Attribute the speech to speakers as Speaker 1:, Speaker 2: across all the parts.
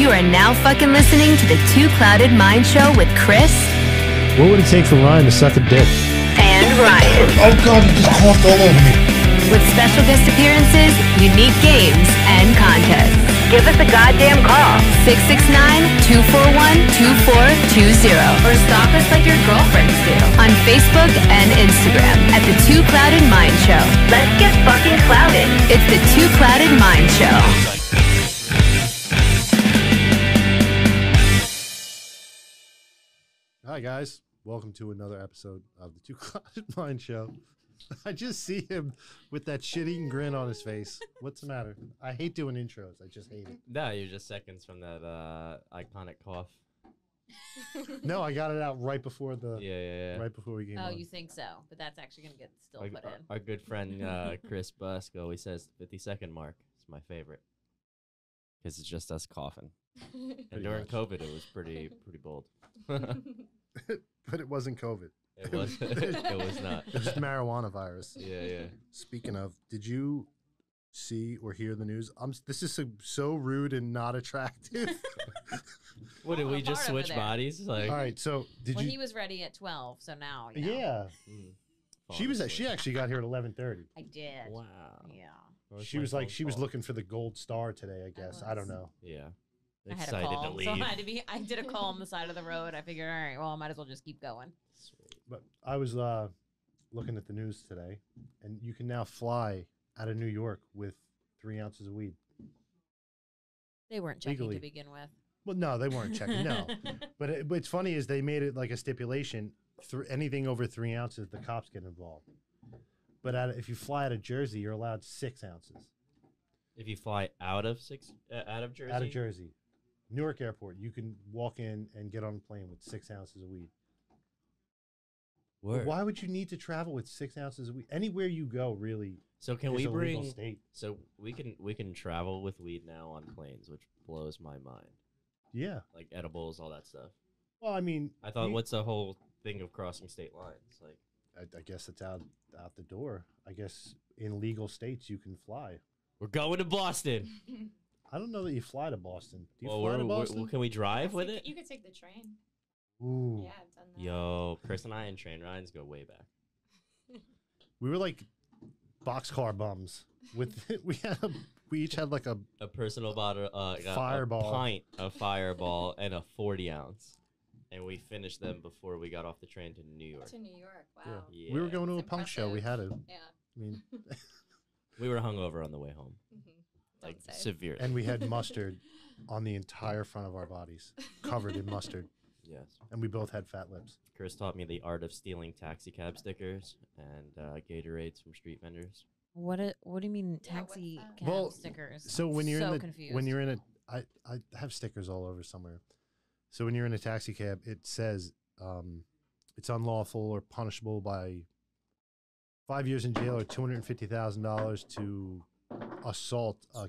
Speaker 1: You are now fucking listening to the Two Clouded Mind Show with Chris
Speaker 2: What would it take for Ryan to suck a dick?
Speaker 1: and Ryan,
Speaker 3: Oh god, you just coughed all over me.
Speaker 1: with special guest appearances, unique games, and contests. Give us a goddamn call. 669-241-2420. Or stalk us like your girlfriends do. On Facebook and Instagram at the Two Clouded Mind Show. Let's get fucking clouded. It's the Two Clouded Mind Show.
Speaker 2: Hi guys, welcome to another episode of the Two Clouded Mind Show. I just see him with that shitty grin on his face. What's the matter? I hate doing intros. I just hate it.
Speaker 4: No, you're just seconds from that uh, iconic cough.
Speaker 2: No, I got it out right before the
Speaker 4: Yeah, yeah, yeah.
Speaker 2: right before we came
Speaker 5: Oh,
Speaker 2: on.
Speaker 5: you think so? But that's actually gonna get still
Speaker 4: Like,
Speaker 5: put
Speaker 4: our,
Speaker 5: in.
Speaker 2: uh,
Speaker 4: our good friend uh, Chris Busk always says the 50 second mark is my favorite because it's just us coughing.
Speaker 2: Pretty
Speaker 4: And during
Speaker 2: much.
Speaker 4: COVID, it was pretty pretty bold. it
Speaker 2: but it wasn't COVID.
Speaker 4: was. it was not.
Speaker 2: It's just marijuana virus.
Speaker 4: yeah, yeah.
Speaker 2: Speaking of, did you see or hear the news? I'm, s- this is so, so rude and not attractive.
Speaker 4: What did
Speaker 5: Oh,
Speaker 4: we
Speaker 5: I'm
Speaker 4: just
Speaker 5: hard over
Speaker 4: switch
Speaker 5: there.
Speaker 4: bodies? Like,
Speaker 2: All right, so did
Speaker 5: Well,
Speaker 2: you?
Speaker 5: he was ready at twelve, so now. You know,
Speaker 2: yeah,
Speaker 4: mm,
Speaker 2: she
Speaker 4: falling
Speaker 2: was. At,
Speaker 4: asleep.
Speaker 2: she actually got here at eleven thirty.
Speaker 5: I did.
Speaker 4: Wow.
Speaker 5: Yeah.
Speaker 4: Where's
Speaker 2: She
Speaker 4: my
Speaker 2: was like,
Speaker 4: phone
Speaker 2: she was
Speaker 4: call?
Speaker 2: looking for the gold star today. I guess I don't
Speaker 5: was.
Speaker 2: know.
Speaker 4: Yeah.
Speaker 5: I had a
Speaker 4: Excited to
Speaker 5: call,
Speaker 4: leave.
Speaker 5: so I had to be. I did a call on the side of the road. I figured, all right, well, I might as well just keep going.
Speaker 4: Sweet.
Speaker 2: But I was uh, looking at the news today, and you can now fly out of New York with three ounces of weed.
Speaker 5: They weren't checking
Speaker 2: Legally.
Speaker 5: to begin with.
Speaker 2: Well, no, they weren't checking. No, but it, what's funny is they made it like a stipulation: thr anything over three ounces, the cops get involved. But out of, if you fly out of Jersey, you're allowed six ounces
Speaker 4: If you fly out of six, uh, out of Jersey,
Speaker 2: out of Jersey. Newark Airport, you can walk in and get on a plane with six ounces of weed. But
Speaker 4: Word.
Speaker 2: Why would you need to travel with six ounces of weed? Anywhere you go, really,
Speaker 4: So can
Speaker 2: is
Speaker 4: we
Speaker 2: a legal
Speaker 4: bring?
Speaker 2: state.
Speaker 4: So we can we can travel with weed now on planes, which blows my mind.
Speaker 2: Yeah.
Speaker 4: Like edibles, all that stuff.
Speaker 2: Well, I mean,
Speaker 4: I thought,
Speaker 2: you-
Speaker 4: what's the whole thing of crossing state lines? Like,
Speaker 2: I, I guess it's out out the door. I guess in legal states you can fly.
Speaker 4: we're going to Boston.
Speaker 2: I don't know that you fly to Boston. Do you
Speaker 4: Well,
Speaker 2: fly
Speaker 4: we're,
Speaker 2: to
Speaker 4: we're-
Speaker 2: Boston?
Speaker 4: can we drive with
Speaker 6: You
Speaker 4: it?
Speaker 6: could- You could take the train.
Speaker 2: Ooh,
Speaker 6: Yeah, I've done that.
Speaker 4: Yo, Chris and I and train rides go way back.
Speaker 2: we were like boxcar bums. With we had a, we each had like a
Speaker 4: A personal bottle, uh, a-
Speaker 2: Fireball.
Speaker 4: a pint of Fireball, and a forty ounce, and we finished them before we got off the train to New York.
Speaker 6: To New York. Wow.
Speaker 4: Yeah.
Speaker 2: we were going to a
Speaker 6: That's
Speaker 2: punk show. We had a
Speaker 6: Yeah.
Speaker 2: I mean,
Speaker 4: We were hungover on the way home,
Speaker 6: Mhm.
Speaker 4: like
Speaker 6: Don't say.
Speaker 4: severely.
Speaker 2: and we had mustard on the entire front of our bodies, covered in mustard,
Speaker 4: yes.
Speaker 2: and we both had fat lips.
Speaker 4: Chris taught me the art of stealing taxi cab stickers and uh, Gatorades from street vendors.
Speaker 5: What? A, what do you mean,
Speaker 6: Yeah, what's
Speaker 5: taxi
Speaker 6: that?
Speaker 5: cab
Speaker 2: Well,
Speaker 5: stickers?
Speaker 2: So when you're
Speaker 5: so
Speaker 2: in the
Speaker 5: confused.
Speaker 2: when you're in a I I have stickers all over somewhere. So when you're in a taxi cab, it says um, it's unlawful or punishable by five years in jail or two hundred and fifty thousand dollars to assault a,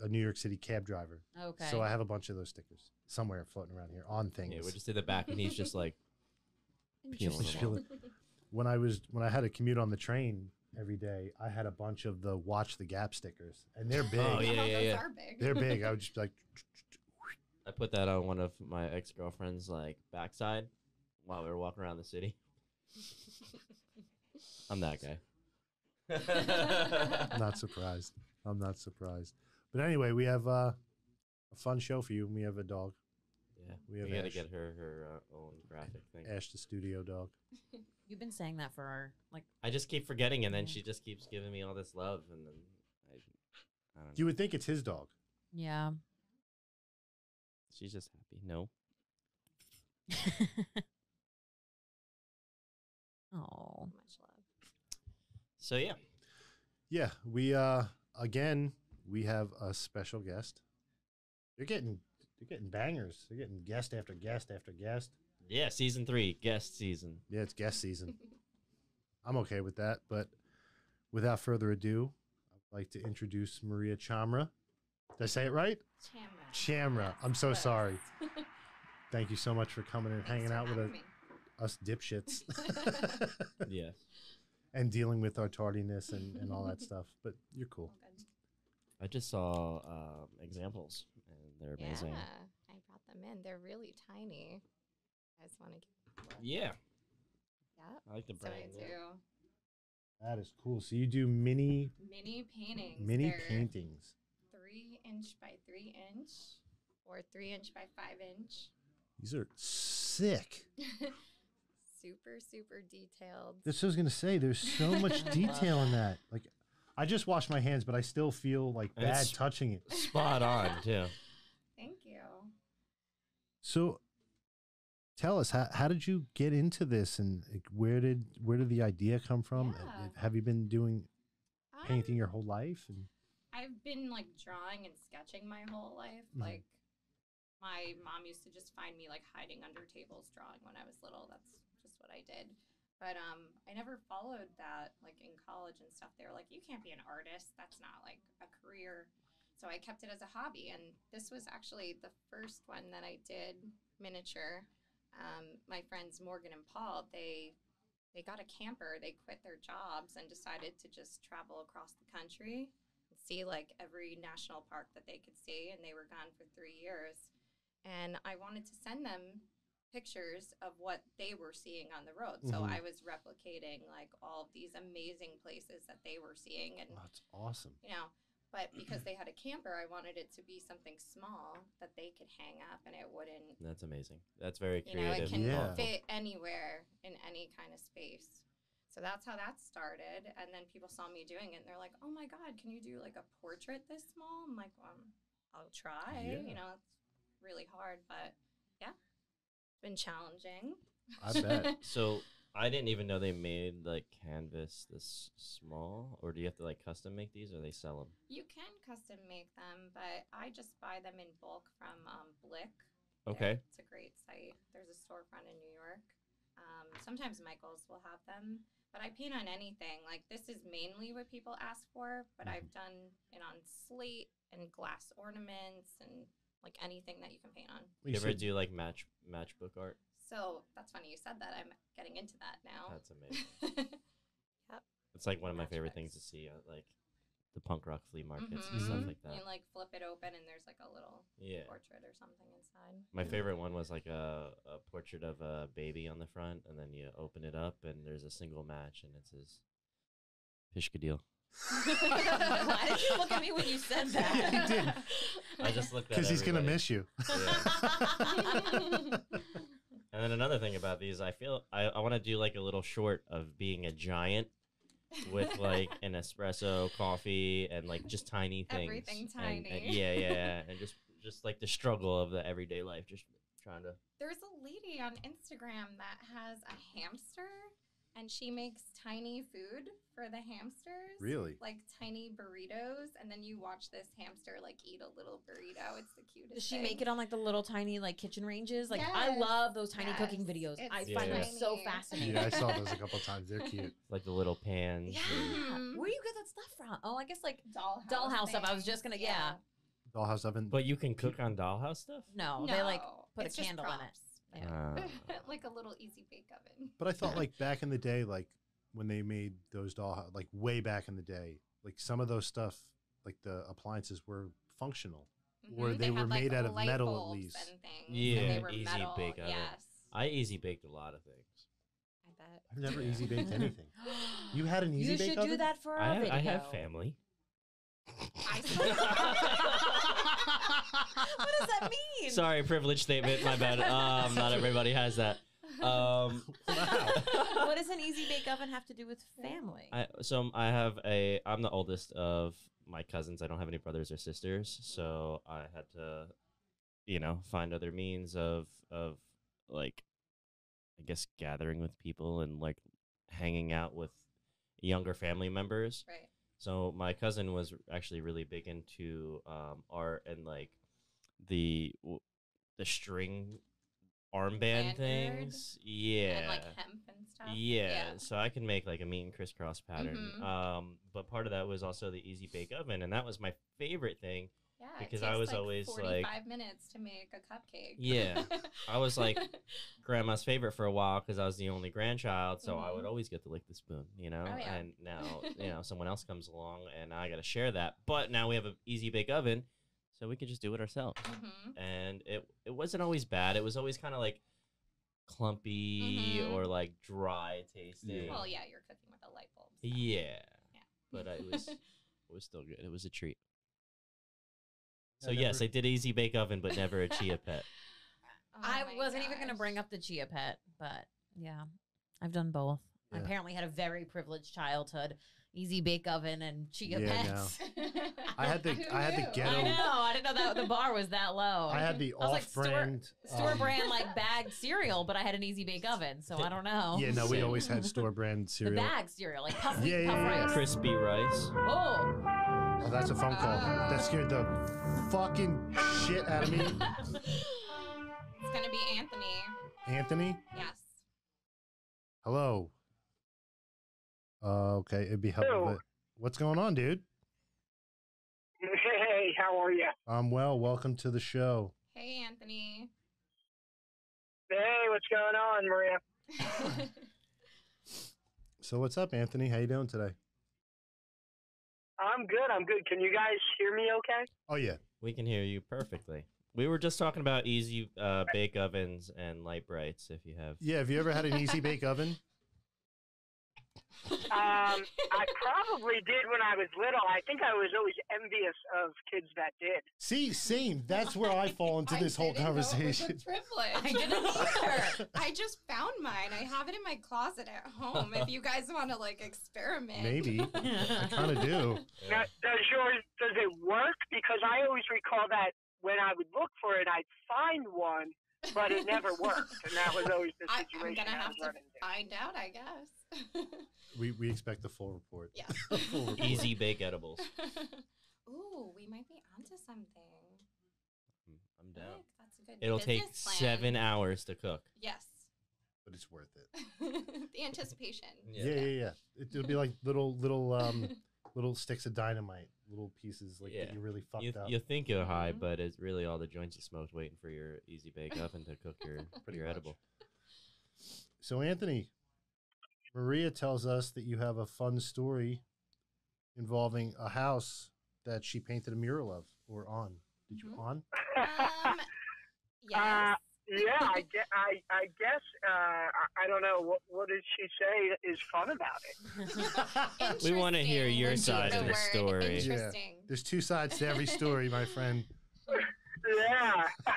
Speaker 2: a New York City cab driver.
Speaker 5: okay.
Speaker 2: So I have a bunch of those stickers somewhere floating around here on things.
Speaker 4: Yeah, we're just in the back, and he's just like, peeling
Speaker 2: Just
Speaker 4: them
Speaker 2: feel
Speaker 4: off.
Speaker 2: it. when I was when I had a commute on the train every day, I had a bunch of the watch the gap stickers, and they're big.
Speaker 4: Oh, yeah,
Speaker 6: Those
Speaker 4: yeah, yeah.
Speaker 6: are big.
Speaker 2: They're big. I would just be like
Speaker 4: I put that on one of my ex girlfriend's like backside while we were walking around the city. I'm that guy.
Speaker 2: I'm not surprised. I'm not surprised. But anyway, we have uh, a fun show for you. and We have a dog,
Speaker 4: yeah,
Speaker 2: We
Speaker 4: we,
Speaker 2: have
Speaker 4: gotta
Speaker 2: Ash.
Speaker 4: get her her uh, own graphic thing.
Speaker 2: Ash the studio dog.
Speaker 5: You've been saying that for our, like.
Speaker 4: I just keep forgetting, and then she just keeps giving me all this love, and then I, I don't know.
Speaker 2: You would think it's his dog.
Speaker 5: Yeah.
Speaker 4: She's just happy. No,
Speaker 5: oh.
Speaker 6: Much love.
Speaker 4: so yeah,
Speaker 2: Yeah, we uh again we have a special guest. They're getting they're getting bangers. They're getting guest after guest after guest.
Speaker 4: yeah. Season three, guest season.
Speaker 2: Yeah, it's guest season. I'm okay with that, but without further ado, I'd like to introduce Maria Chamra. Did I say it right?
Speaker 6: Chamra.
Speaker 2: Chamra. I'm so
Speaker 6: Close.
Speaker 2: sorry. Thank you so much for coming and hanging
Speaker 6: Thanks for
Speaker 2: out with us.
Speaker 6: having me.
Speaker 2: us dipshits
Speaker 4: yes.
Speaker 2: and dealing with our tardiness and, and all that stuff. But you're cool.
Speaker 6: All good.
Speaker 4: I just saw um, examples, and they're amazing.
Speaker 6: Yeah. them in. They're really tiny. You guys want to give
Speaker 4: Yeah,
Speaker 6: Yep.
Speaker 4: I like the
Speaker 6: So I
Speaker 4: brand. yeah.
Speaker 6: do
Speaker 2: That is cool. So you do mini
Speaker 6: mini paintings.
Speaker 2: mini
Speaker 6: They're
Speaker 2: paintings.
Speaker 6: Three inch by three inch or three inch by five inch.
Speaker 2: These are sick.
Speaker 6: super, super detailed.
Speaker 2: That's what I was gonna say. There's so much detail in that. Like, I just washed my hands, but I still feel like
Speaker 4: And
Speaker 2: bad
Speaker 4: it's-
Speaker 2: touching it.
Speaker 4: Spot on too.
Speaker 6: Thank you.
Speaker 2: So, tell us how, how did you get into this, and like, where did where did the idea come from? Uh,
Speaker 6: Yeah.
Speaker 2: Have you been doing painting
Speaker 6: Um,
Speaker 2: your whole life? And
Speaker 6: I've been like drawing and sketching my whole life.
Speaker 2: Mhm.
Speaker 6: Like my mom used to just find me like hiding under tables drawing when I was little. That's just what I did. But um I never followed that like in college and stuff. They were like, You can't be an artist. That's not like a career. So I kept it as a hobby and this was actually the first one that I did miniature. Um, my friends Morgan and Paul, they they got a camper, they quit their jobs and decided to just travel across the country and see like every national park that they could see and they were gone for three years and i wanted to send them pictures of what they were seeing on the road so
Speaker 2: Mhm.
Speaker 6: i was replicating like all of these amazing places that they were seeing and
Speaker 2: wow, oh, that's awesome.
Speaker 6: you know but because they had a camper i wanted it to be something small that they could hang up and it wouldn't
Speaker 4: That's amazing. That's very
Speaker 6: you know, it
Speaker 4: creative.
Speaker 6: can
Speaker 4: and
Speaker 2: Yeah.
Speaker 4: thoughtful.
Speaker 6: fit anywhere in any kind of space. So that's how that started. And then people saw me doing it and they're like, oh my God, can you do like a portrait this small? I'm like, well, I'll try.
Speaker 2: Yeah.
Speaker 6: You know, it's really hard, but yeah, it's been challenging.
Speaker 2: I bet.
Speaker 4: So I didn't even know they made like canvas this small, or do you have to like custom make these, or they sell them?
Speaker 6: you can custom make them, but I just buy them in bulk from um, Blick. They're-
Speaker 4: Okay.
Speaker 6: It's a great site. There's a storefront in New York. Um, sometimes Michaels will have them, but I paint on anything. Like this is mainly what people ask for, but I've
Speaker 4: Mm-hmm.
Speaker 6: done it on slate and glass ornaments and like anything that you can paint on.
Speaker 2: You
Speaker 4: You ever
Speaker 2: said-
Speaker 4: do like match matchbook art?
Speaker 6: So that's funny you said that. I'm getting into that now.
Speaker 4: That's amazing. It's like one of my favorite things to
Speaker 6: Matchbooks.
Speaker 4: see, at, like the punk rock flea markets and
Speaker 2: Mhm.
Speaker 4: stuff like
Speaker 6: Mm-hmm. You
Speaker 4: that.
Speaker 6: like flip it open and there's like a little
Speaker 4: Yeah.
Speaker 6: portrait or something inside.
Speaker 4: My favorite one was like a, a portrait of a baby on the front, and then you open it up, and there's a single match, and it says Pishkadil.
Speaker 5: Why did you look at me when you said that?
Speaker 2: He did.
Speaker 4: I just looked at
Speaker 2: Because he's gonna
Speaker 4: everybody.
Speaker 2: miss you.
Speaker 4: Yeah. And then another thing about these, I feel I, I want to do like a little short of being a giant with like an espresso, coffee, and like just tiny things.
Speaker 6: Everything
Speaker 4: And- and
Speaker 6: tiny.
Speaker 4: yeah, yeah, yeah, and just just like the struggle of the everyday life, just trying to.
Speaker 6: There's a lady on Instagram that has a hamster and she makes tiny food for the hamsters.
Speaker 2: Really?
Speaker 6: Like tiny burritos, and then you watch this hamster like eat a little burrito. It's the cutest.
Speaker 5: Does she make it on like the little tiny like kitchen ranges? Like I
Speaker 6: Yes,
Speaker 5: love those tiny cooking
Speaker 6: yes,
Speaker 5: videos.
Speaker 6: it's
Speaker 5: I find them so
Speaker 6: tiny.
Speaker 5: fascinating.
Speaker 2: yeah, I saw those a couple times. They're cute.
Speaker 4: Like the little pans.
Speaker 5: Yeah.
Speaker 4: and-
Speaker 6: Mm-hmm.
Speaker 5: Where do you get that stuff from? Oh, I guess like
Speaker 6: dollhouse?
Speaker 5: dollhouse stuff. I
Speaker 6: thing.
Speaker 5: was just gonna yeah.
Speaker 2: Dollhouse oven.
Speaker 4: But you can cook on dollhouse stuff.
Speaker 5: No,
Speaker 6: No,
Speaker 5: Oh, they like put
Speaker 6: it's
Speaker 5: a
Speaker 6: just
Speaker 5: candle in it.
Speaker 6: props.
Speaker 5: Yeah.
Speaker 4: Uh,
Speaker 6: like a little easy bake oven.
Speaker 2: But I thought like back in the day, like when they made those doll, like way back in the day, like some of those stuff, like the appliances were functional. Or they were
Speaker 6: had, Mm-hmm. like,
Speaker 2: made out of
Speaker 6: light
Speaker 2: metal at
Speaker 6: bulbs
Speaker 2: least.
Speaker 6: And things, and
Speaker 4: Yeah,
Speaker 6: they were
Speaker 4: easy
Speaker 6: metal.
Speaker 4: bake oven.
Speaker 6: Yes, I,
Speaker 4: I easy baked a lot of things.
Speaker 6: bet.
Speaker 2: I've never easy baked anything. Uh, You had an easy
Speaker 5: you
Speaker 2: bake
Speaker 5: should
Speaker 2: oven?
Speaker 5: do that for
Speaker 4: I
Speaker 5: our
Speaker 4: have,
Speaker 5: video.
Speaker 4: I have family.
Speaker 6: I saw-
Speaker 5: what does that mean?
Speaker 4: Sorry, privilege statement. My bad. Um, not everybody has that. Um,
Speaker 5: what does an easy bake oven have to do with
Speaker 6: Oh
Speaker 5: family?
Speaker 4: I so um, I have a I'm the oldest of my cousins. I don't have any brothers or sisters, so I had to, you know, find other means of of like, I guess gathering with people and like hanging out with younger family members.
Speaker 6: right.
Speaker 4: So my cousin was actually really big into um, art and like the w- the string armband
Speaker 6: Lanyard?
Speaker 4: things. Yeah.
Speaker 6: And like hemp and stuff.
Speaker 4: Yeah, so I can make like a meat and crisscross pattern.
Speaker 6: Mhm.
Speaker 4: Um, but part of that was also the easy bake oven, and that was my favorite thing.
Speaker 6: Yeah,
Speaker 4: Because I was always, like-
Speaker 6: five minutes to make a cupcake.
Speaker 4: Yeah, I was like grandma's favorite for a while because I was the only grandchild, so I would
Speaker 6: Mhm.
Speaker 4: always get to lick the spoon, you know.
Speaker 6: Oh, yeah.
Speaker 4: And now you know someone else comes along, and I got to share that. But now we have an easy bake oven, so we could just do it ourselves.
Speaker 6: hmm
Speaker 4: And it it wasn't always bad. It was always kind of like clumpy
Speaker 6: Mhm.
Speaker 4: or like dry tasting.
Speaker 6: Well, yeah, you're cooking with a light Oh bulb. so.
Speaker 4: Yeah.
Speaker 6: Yeah.
Speaker 4: But I was it was still good. It was a treat. So
Speaker 2: I
Speaker 4: yes,
Speaker 2: never-
Speaker 4: I did easy bake oven, but never a chia pet.
Speaker 6: Oh
Speaker 5: I
Speaker 6: my
Speaker 5: wasn't even going to
Speaker 6: gosh.
Speaker 5: bring up the chia pet, but yeah, I've done both. I
Speaker 2: Yeah.
Speaker 5: apparently had a very privileged childhood. Easy bake oven and chia
Speaker 2: Yeah,
Speaker 5: pets.
Speaker 2: I had the
Speaker 6: Who
Speaker 2: I had the
Speaker 6: knew?
Speaker 5: I know.
Speaker 2: ghetto.
Speaker 5: I didn't know that the bar was that low.
Speaker 2: I had the
Speaker 5: I was like, store-
Speaker 2: off-brand
Speaker 5: store
Speaker 2: um,
Speaker 5: brand like bagged cereal, but I had an easy bake oven, so I don't know.
Speaker 2: Yeah, no, we always had store brand
Speaker 5: the
Speaker 2: cereal.
Speaker 5: bag cereal, like puff
Speaker 2: Yeah,
Speaker 5: wheat,
Speaker 2: yeah,
Speaker 5: puff
Speaker 2: yeah, yeah.
Speaker 5: rice.
Speaker 4: Crispy rice.
Speaker 5: Oh,
Speaker 2: Oh, that's a phone call. That scared the fucking shit out of me.
Speaker 6: It's going to be Anthony.
Speaker 2: Anthony,
Speaker 6: Yes.
Speaker 2: hello. Uh, okay, it'd be helpful.
Speaker 7: Hello.
Speaker 2: but- What's going on, dude?
Speaker 7: Hey, how are you?
Speaker 2: I'm well. Welcome to the show.
Speaker 6: Hey, Anthony.
Speaker 7: Hey, what's going on, Maria?
Speaker 2: So, what's up, Anthony? How you doing today?
Speaker 7: I'm good. I'm good. Can you guys hear me? Okay.
Speaker 2: Oh yeah,
Speaker 4: We can hear you perfectly. We were just talking about easy uh, bake ovens and light brights. If you have,
Speaker 2: yeah. Have you ever had an easy bake oven?
Speaker 7: Um, I probably did when I was little. I think I was always envious of kids that did.
Speaker 2: See, same. That's where I fall into
Speaker 6: I
Speaker 2: this whole
Speaker 6: didn't know it was a
Speaker 2: conversation.
Speaker 6: privilege.
Speaker 5: I didn't either.
Speaker 6: I just found mine. I have it in my closet at home. If you guys want to like experiment,
Speaker 2: Maybe I kind of do.
Speaker 7: Now, does yours does it work? Because I always recall that when I would look for it, I'd find one, but it never worked, and that was always the
Speaker 6: I, I'm
Speaker 7: situation
Speaker 6: gonna
Speaker 7: I
Speaker 6: have
Speaker 7: was
Speaker 6: to
Speaker 7: running into.
Speaker 6: find out. I guess.
Speaker 2: We we expect the full report.
Speaker 6: yeah.
Speaker 2: Full report.
Speaker 4: easy bake edibles.
Speaker 6: Ooh, we might be onto something.
Speaker 4: Hmm, I'm
Speaker 6: I
Speaker 4: down.
Speaker 6: think that's a good
Speaker 4: It'll take
Speaker 6: business plan.
Speaker 4: seven hours to cook.
Speaker 6: Yes.
Speaker 2: but it's worth it.
Speaker 6: the anticipation.
Speaker 4: Yeah.
Speaker 2: Yeah, yeah, yeah. It, it'll be like little little um little sticks of dynamite, little pieces like
Speaker 4: Yeah.
Speaker 2: that you really fucked
Speaker 4: You,
Speaker 2: up.
Speaker 4: you think you're high,
Speaker 6: Mhm.
Speaker 4: but it's really all the joints you smoked waiting for your easy bake oven to cook your
Speaker 2: pretty
Speaker 4: your
Speaker 2: much.
Speaker 4: edible.
Speaker 2: So Anthony, Maria tells us that you have a fun story involving a house that she painted a mural of or on. Did you
Speaker 6: Mhm.
Speaker 2: on?
Speaker 6: Um, yes.
Speaker 7: Uh, yeah, I, ge- I, I guess uh, I, I don't know what what did she say is fun about it.
Speaker 4: We want to hear
Speaker 6: Interesting
Speaker 4: your
Speaker 6: would be
Speaker 4: side
Speaker 6: the
Speaker 4: of the
Speaker 6: word.
Speaker 4: story.
Speaker 2: Yeah.
Speaker 6: Interesting.
Speaker 2: There's two sides to every story, my friend.
Speaker 7: Yeah.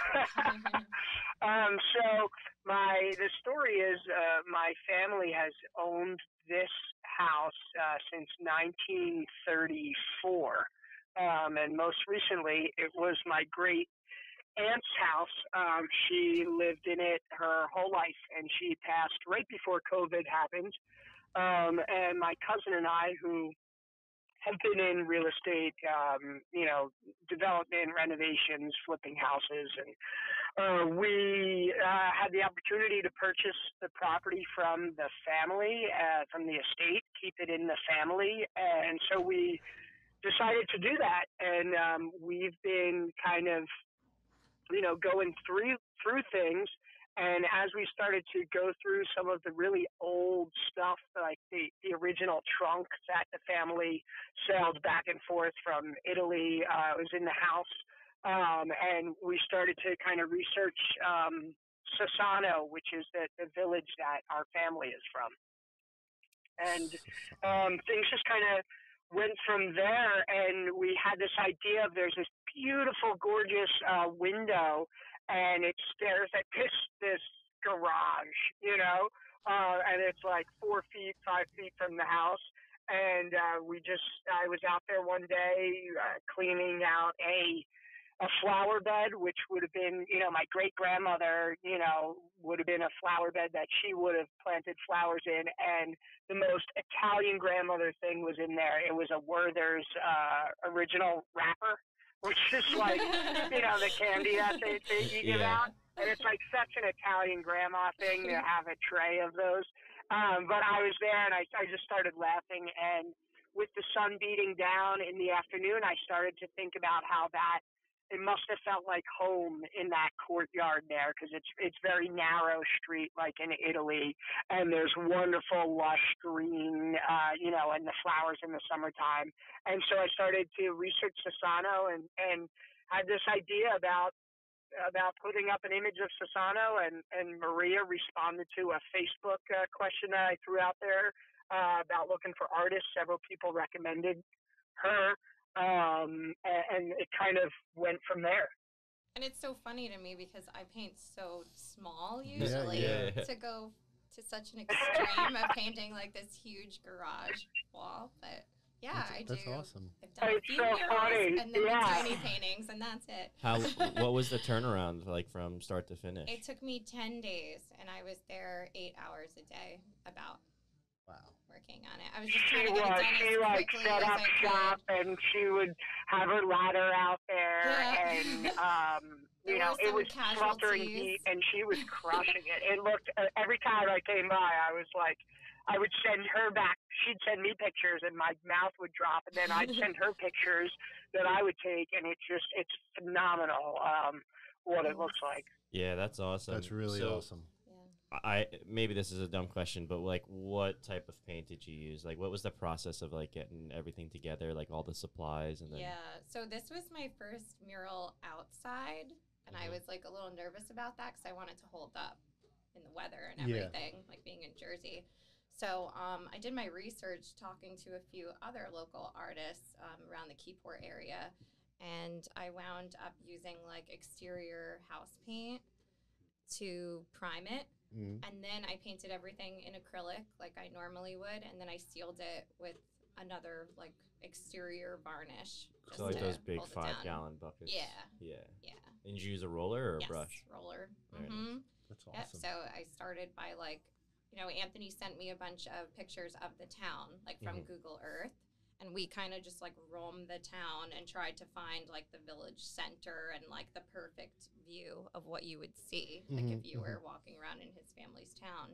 Speaker 6: Mm-hmm.
Speaker 7: Um, so my the story is uh, my family has owned this house uh, since 1934, um, and most recently it was my great aunt's house. Um, she lived in it her whole life, and she passed right before COVID happened. Um, and my cousin and I, who have been in real estate, um, you know, development, renovations, flipping houses, and uh, we uh, had the opportunity to purchase the property from the family, uh, from the estate, keep it in the family, and so we decided to do that. And um, we've been kind of, you know, going through through things. And as we started to go through some of the really old stuff, like the, the original trunk that the family sailed back and forth from Italy, uh, it was in the house um, and we started to kind of research um, Sassano, which is the, the village that our family is from. And um, things just kind of went from there, and we had this idea of there's this beautiful, gorgeous uh, window, and it stares at this this garage, you know, uh, and it's like four feet, five feet from the house and uh, we just I was out there one day uh, cleaning out a a flower bed, which would have been you know my great grandmother you know would have been a flower bed that she would have planted flowers in, and the most Italian grandmother thing was in there. It was a Werther's uh, original wrapper, which is like you know the candy that they, they you give
Speaker 4: Yeah.
Speaker 7: out, and it's like such an Italian grandma thing to have a tray of those. Um, but I was there and I, I just started laughing. And with the sun beating down in the afternoon, I started to think about how that it must have felt like home in that courtyard there because it's it's very narrow street like in Italy, and there's wonderful lush green, uh, you know, and the flowers in the summertime. And so I started to research Sassano and and had this idea about about putting up an image of Susano, and and Maria responded to a Facebook uh, question that I threw out there uh, about looking for artists. Several people recommended her, um, a- and it kind of went from there.
Speaker 6: And it's so funny to me because I paint so small
Speaker 2: Yeah,
Speaker 6: usually
Speaker 4: yeah.
Speaker 6: to go to such an extreme of painting like this huge garage wall. But yeah,
Speaker 2: that's,
Speaker 6: I
Speaker 2: that's
Speaker 6: do.
Speaker 2: awesome.
Speaker 6: I've done a
Speaker 7: It's
Speaker 6: few
Speaker 7: so
Speaker 6: murals
Speaker 7: funny,
Speaker 6: and then
Speaker 7: yeah.
Speaker 6: the tiny paintings, and that's it.
Speaker 4: How? What was the turnaround like from start to finish?
Speaker 6: It took me ten days, and I was there eight hours a day, about
Speaker 2: Wow.
Speaker 6: working on it. I was just trying
Speaker 7: She
Speaker 6: to get it
Speaker 7: was.
Speaker 6: done
Speaker 7: She
Speaker 6: as
Speaker 7: like
Speaker 6: quickly
Speaker 7: set
Speaker 6: as I
Speaker 7: up
Speaker 6: could.
Speaker 7: shop, and she would have her ladder out there,
Speaker 6: Yeah.
Speaker 7: and um,
Speaker 6: There
Speaker 7: you know,
Speaker 6: were
Speaker 7: it was
Speaker 6: some
Speaker 7: sweltering
Speaker 6: casualties.
Speaker 7: heat, and she was crushing it. It looked uh, every time I came by, I was like. I would send her back. She'd send me pictures, and my mouth would drop. And then I'd send her pictures that I would take, and it's just it's phenomenal um, what it looks like.
Speaker 4: yeah, that's awesome.
Speaker 2: That's really
Speaker 4: So,
Speaker 2: awesome.
Speaker 4: I maybe this is a dumb question, but like, what type of paint did you use? Like, what was the process of like getting everything together, like all the supplies, and then
Speaker 6: Yeah. So this was my first mural outside, and
Speaker 4: Mhm.
Speaker 6: I was like a little nervous about that because I wanted to hold up in the weather and
Speaker 2: Yeah.
Speaker 6: everything, like being in Jersey. So um, I did my research talking to a few other local artists um, around the Keyport area, and I wound up using like exterior house paint to prime it
Speaker 2: Mm.
Speaker 6: and then I painted everything in acrylic like I normally would, and then I sealed it with another like exterior varnish.
Speaker 4: so like
Speaker 6: to
Speaker 4: those big
Speaker 6: hold it
Speaker 4: five
Speaker 6: down.
Speaker 4: gallon buckets.
Speaker 6: Yeah.
Speaker 4: yeah.
Speaker 6: Yeah.
Speaker 4: And did you use a roller or
Speaker 6: yes,
Speaker 4: a brush?
Speaker 6: roller.
Speaker 4: Very nice.
Speaker 6: hmm
Speaker 2: That's
Speaker 6: Yep.
Speaker 2: awesome.
Speaker 6: So I started by like, you know, Anthony sent me a bunch of pictures of the town, like from
Speaker 2: Mm-hmm.
Speaker 4: Mhm.
Speaker 6: Google Earth. And we kind of just like roamed the town and tried to find like the village center and like the perfect view of what you would see, like
Speaker 2: Mhm,
Speaker 6: if you were walking around in his family's town.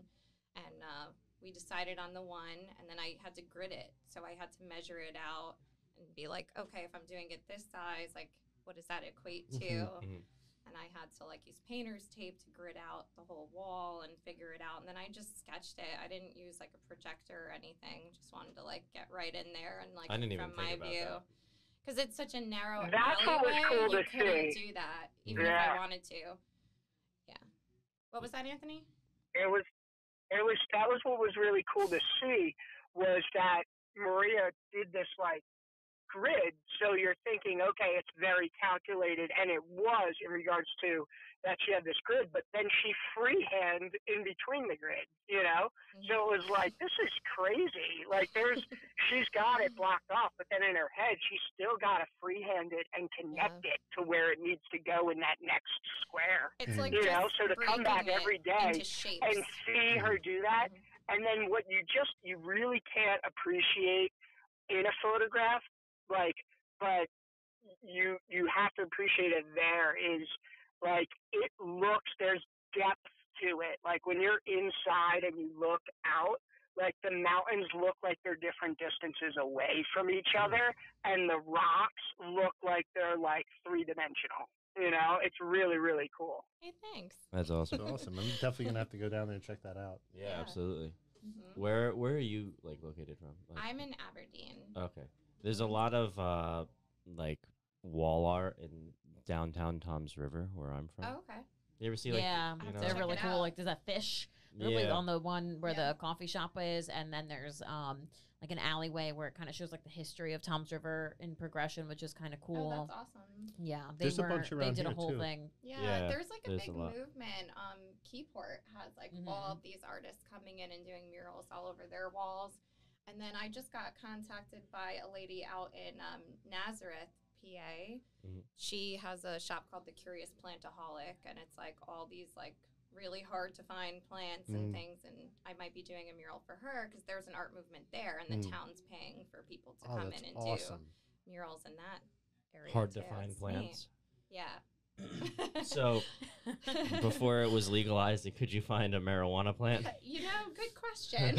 Speaker 6: And uh, we decided on the one, and then I had to grid it. So I had to measure it out and be like, okay, if I'm doing it this size, like what does that equate to?
Speaker 2: Mhm,
Speaker 4: mhm.
Speaker 6: And I had to like use painter's tape to grid out the whole wall and figure it out. And then I just sketched it. I didn't use like a projector or anything. Just wanted to like get right in there and like
Speaker 4: I didn't even
Speaker 6: from my
Speaker 4: think about
Speaker 6: view.
Speaker 4: that.
Speaker 6: Because it's such a narrow
Speaker 7: That's what was
Speaker 6: alleyway,
Speaker 7: cool
Speaker 6: you
Speaker 7: to
Speaker 6: couldn't
Speaker 7: see.
Speaker 6: do that even if
Speaker 7: Yeah.
Speaker 6: I wanted to. Yeah. What was that, Anthony?
Speaker 7: it was it was that was what was really cool to see was that Maria did this like grid so you're thinking okay it's very calculated and it was in regards to that she had this grid but then she freehand in between the grid you know so it was like this is crazy like there's she's got it blocked off but then in her head she's still got to freehand it and connect it to where it needs to go in that next square
Speaker 6: It's like
Speaker 7: you
Speaker 6: just
Speaker 7: know, so to come back
Speaker 6: breaking it
Speaker 7: every day
Speaker 6: into shapes.
Speaker 7: and see her do that and then what you just you really can't appreciate in a photograph like but you you have to appreciate it there is like it looks there's depth to it like when you're inside and you look out like the mountains look like they're different distances away from each other and the rocks look like they're like three dimensional you know it's really really cool
Speaker 6: Hey, thanks.
Speaker 4: That's awesome.
Speaker 2: That's awesome. I'm definitely gonna have to go down there and check that out.
Speaker 4: yeah,
Speaker 6: Yeah.
Speaker 4: absolutely.
Speaker 6: Mhm.
Speaker 4: Where Where are you like located from? Like,
Speaker 6: I'm in Aberdeen.
Speaker 4: Okay. There's a lot of uh like wall art in downtown Tom's River where I'm from.
Speaker 6: Oh, okay.
Speaker 4: You ever see like
Speaker 5: Yeah,
Speaker 4: you know,
Speaker 5: they're
Speaker 6: Check
Speaker 5: really
Speaker 6: it
Speaker 5: cool.
Speaker 6: out.
Speaker 5: Like there's a fish really
Speaker 4: yeah.
Speaker 5: on the one where
Speaker 6: Yeah.
Speaker 5: the coffee shop is, and then there's um like an alleyway where it kind of shows like the history of Tom's River in progression, which is kind of cool.
Speaker 6: Oh, that's awesome.
Speaker 5: Yeah, they
Speaker 2: There's a
Speaker 5: were.
Speaker 2: bunch
Speaker 5: they
Speaker 2: around
Speaker 5: did a
Speaker 2: here,
Speaker 5: whole
Speaker 2: too.
Speaker 5: thing.
Speaker 6: Yeah,
Speaker 4: Yeah,
Speaker 6: there's like a
Speaker 4: there's a
Speaker 6: big
Speaker 4: lot.
Speaker 6: movement. Um, Keyport has like
Speaker 4: Mm-hmm.
Speaker 6: all of these artists coming in and doing murals all over their walls. And then I just got contacted by a lady out in um, Nazareth, PA.
Speaker 2: Mm-hmm.
Speaker 4: Mhm.
Speaker 6: She has a shop called the Curious Plantaholic, and it's like all these like really hard to find plants
Speaker 2: Mm.
Speaker 6: and things. And I might be doing a mural for her because there's an art movement there, and the
Speaker 2: Mm.
Speaker 6: town's paying for people to
Speaker 2: Oh,
Speaker 6: come
Speaker 2: that's
Speaker 6: in and
Speaker 2: awesome.
Speaker 6: do murals in that area.
Speaker 4: hard to
Speaker 6: too.
Speaker 4: find
Speaker 6: It's neat.
Speaker 4: plants.
Speaker 6: Yeah.
Speaker 4: So before it was legalized, could you find a marijuana plant?
Speaker 6: you know, good question.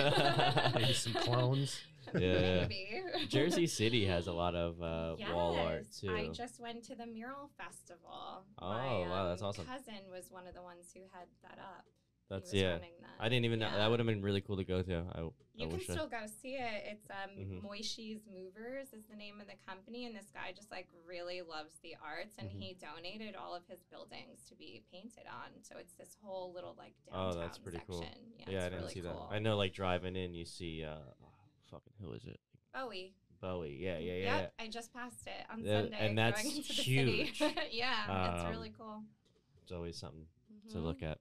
Speaker 2: Maybe some clones.
Speaker 4: Yeah.
Speaker 6: Maybe.
Speaker 4: Jersey City has a lot of uh, wall art
Speaker 6: Yes,
Speaker 4: too.
Speaker 6: I just went to the mural festival. um,
Speaker 4: Oh, wow, that's awesome.
Speaker 6: Cousin was one of the ones who had that up.
Speaker 4: That's
Speaker 6: he was
Speaker 4: yeah.
Speaker 6: running that.
Speaker 4: I didn't even know
Speaker 6: Yeah.
Speaker 4: that would have been really cool to go to. I, I
Speaker 6: You can
Speaker 4: wish
Speaker 6: still go see it. It's um
Speaker 4: Mhm.
Speaker 6: Moishi's Movers is the name of the company, and this guy just like really loves the arts, and
Speaker 4: Mhm.
Speaker 6: he donated all of his buildings to be painted on. So it's this whole little like
Speaker 4: Oh,
Speaker 6: downtown
Speaker 4: that's pretty
Speaker 6: section.
Speaker 4: cool.
Speaker 6: Yeah,
Speaker 4: I,
Speaker 6: it's
Speaker 4: yeah, I didn't
Speaker 6: really
Speaker 4: see
Speaker 6: cool.
Speaker 4: that. I know, like driving in, you see, uh, oh, fucking who is it?
Speaker 6: Bowie.
Speaker 4: Bowie. Yeah, yeah, yeah. yeah.
Speaker 6: Yep, I just passed it on
Speaker 4: Yeah,
Speaker 6: Sunday.
Speaker 4: and that's
Speaker 6: going into
Speaker 4: huge.
Speaker 6: The city. yeah, it's
Speaker 4: Um,
Speaker 6: really cool.
Speaker 4: It's always something to
Speaker 6: Mhm.
Speaker 4: look at.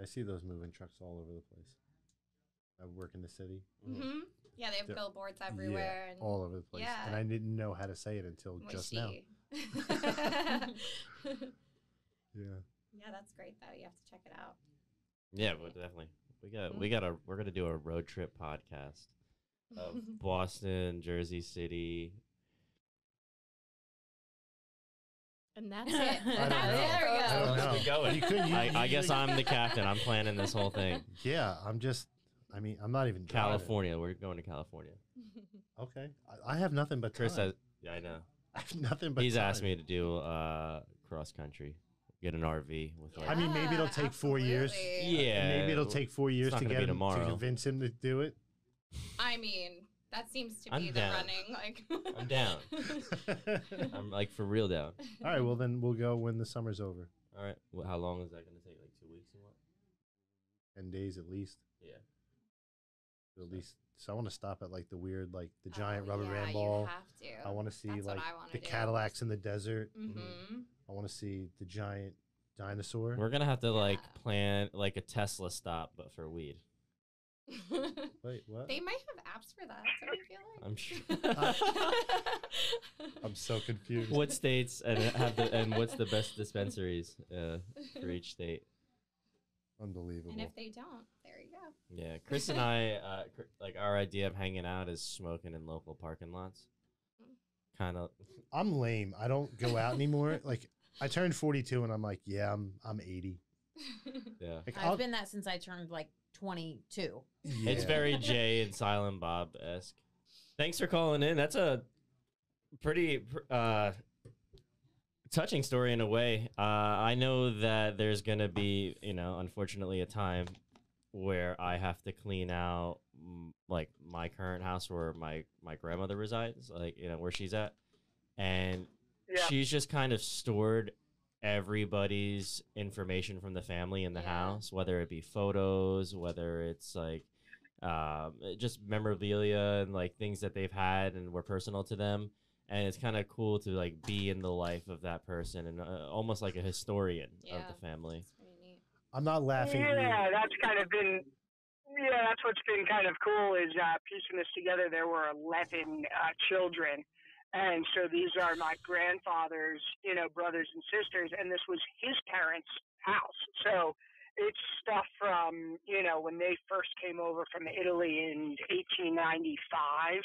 Speaker 2: I see those moving trucks all over the place. I work in the city.
Speaker 6: hmm Yeah, they have
Speaker 2: They're-
Speaker 6: billboards
Speaker 2: Yeah,
Speaker 6: everywhere. and
Speaker 2: all over the place. And
Speaker 6: yeah.
Speaker 2: I didn't know how to say it until just now.
Speaker 6: Moishi.
Speaker 2: Yeah.
Speaker 6: yeah, that's great though. You have to check it out.
Speaker 4: Yeah, but definitely. We got we
Speaker 6: Mm-hmm.
Speaker 4: got a we're gonna do a road trip podcast of Boston, Jersey City.
Speaker 5: And that's it.
Speaker 2: I don't know.
Speaker 5: There we go.
Speaker 2: I don't
Speaker 4: Let's keep
Speaker 2: know.
Speaker 4: going.
Speaker 2: Oh, You could- you-
Speaker 4: I, I
Speaker 2: you-
Speaker 4: guess I'm the captain. I'm planning this whole thing.
Speaker 2: Yeah, I'm just. I mean, I'm not even driving.
Speaker 4: California. We're going to California.
Speaker 2: Okay, I, I have nothing but
Speaker 4: Chris
Speaker 2: time.
Speaker 4: has. Yeah, I know.
Speaker 2: I have nothing Oh. but.
Speaker 4: He's
Speaker 2: time.
Speaker 4: asked me to do uh cross country, get an RV with like.
Speaker 2: I mean, maybe it'll take four years.
Speaker 6: absolutely.
Speaker 4: yeah.
Speaker 2: Maybe it'll take four years
Speaker 4: not
Speaker 2: to
Speaker 4: gonna
Speaker 2: get
Speaker 4: be
Speaker 2: him to
Speaker 4: tomorrow.
Speaker 2: convince him to do it.
Speaker 6: I mean, that seems to
Speaker 4: I'm
Speaker 6: be the
Speaker 4: down.
Speaker 6: running. Like,
Speaker 4: I'm down.
Speaker 2: All
Speaker 4: I'm like for real down.
Speaker 2: right, well then we'll go when the summer's over.
Speaker 4: All right. Well, how long is that gonna take? Like two weeks and what?
Speaker 2: Ten days at least.
Speaker 4: Yeah.
Speaker 2: At least. So I want to stop at like the weird, like the
Speaker 6: Oh,
Speaker 2: giant rubber
Speaker 6: yeah,
Speaker 2: band ball.
Speaker 6: You have to.
Speaker 2: I want to see
Speaker 6: That's what
Speaker 2: like
Speaker 6: I wanna
Speaker 2: the
Speaker 6: do.
Speaker 2: Cadillacs in the desert.
Speaker 6: Mm-hmm.
Speaker 2: I want to see the giant dinosaur.
Speaker 4: We're gonna have to like
Speaker 6: Yeah.
Speaker 4: plan like a Tesla stop, but for weed.
Speaker 2: Wait, what?
Speaker 6: they might have apps for that. Don't you feel like?
Speaker 4: I'm sure.
Speaker 2: I'm so confused.
Speaker 4: what states and have the and what's the best dispensaries uh, for each state?
Speaker 2: Unbelievable.
Speaker 6: and if they don't, there you go.
Speaker 4: Yeah, Chris and I, uh, cr- like our idea of hanging out is smoking in local parking lots. Kind of,
Speaker 2: I'm lame. I don't go out anymore. like I turned 42 and I'm like, yeah, I'm I'm 80.
Speaker 4: yeah.
Speaker 2: Like, I'll-
Speaker 5: I've been that since I turned like 22.
Speaker 4: It's
Speaker 2: Yeah.
Speaker 4: very Jay and Silent Bob esque. Thanks for calling in. That's a pretty pr- uh, touching story in a way. Uh, I know that there's going to be, you know, unfortunately, a time where I have to clean out mm, like my current house where my my grandmother resides, like you know where she's at, and
Speaker 7: Yeah.
Speaker 4: she's just kind of stored everybody's information from the family in the
Speaker 5: Yeah.
Speaker 4: house, whether it be photos, whether it's like um, just memorabilia and like things that they've had and were personal to them. And it's kind of cool to like be in the life of that person and uh, almost like a historian of
Speaker 6: Yeah.
Speaker 4: the family.
Speaker 6: It's pretty neat.
Speaker 2: I'm not laughing.
Speaker 7: Yeah,
Speaker 2: weird.
Speaker 7: that's kind of been. Yeah, that's what's been kind of cool is uh, piecing this together. There were eleven uh, children, and so these are my grandfather's, you know, brothers and sisters, and this was his parents' house. So it's stuff from you know when they first came over from Italy in 1895.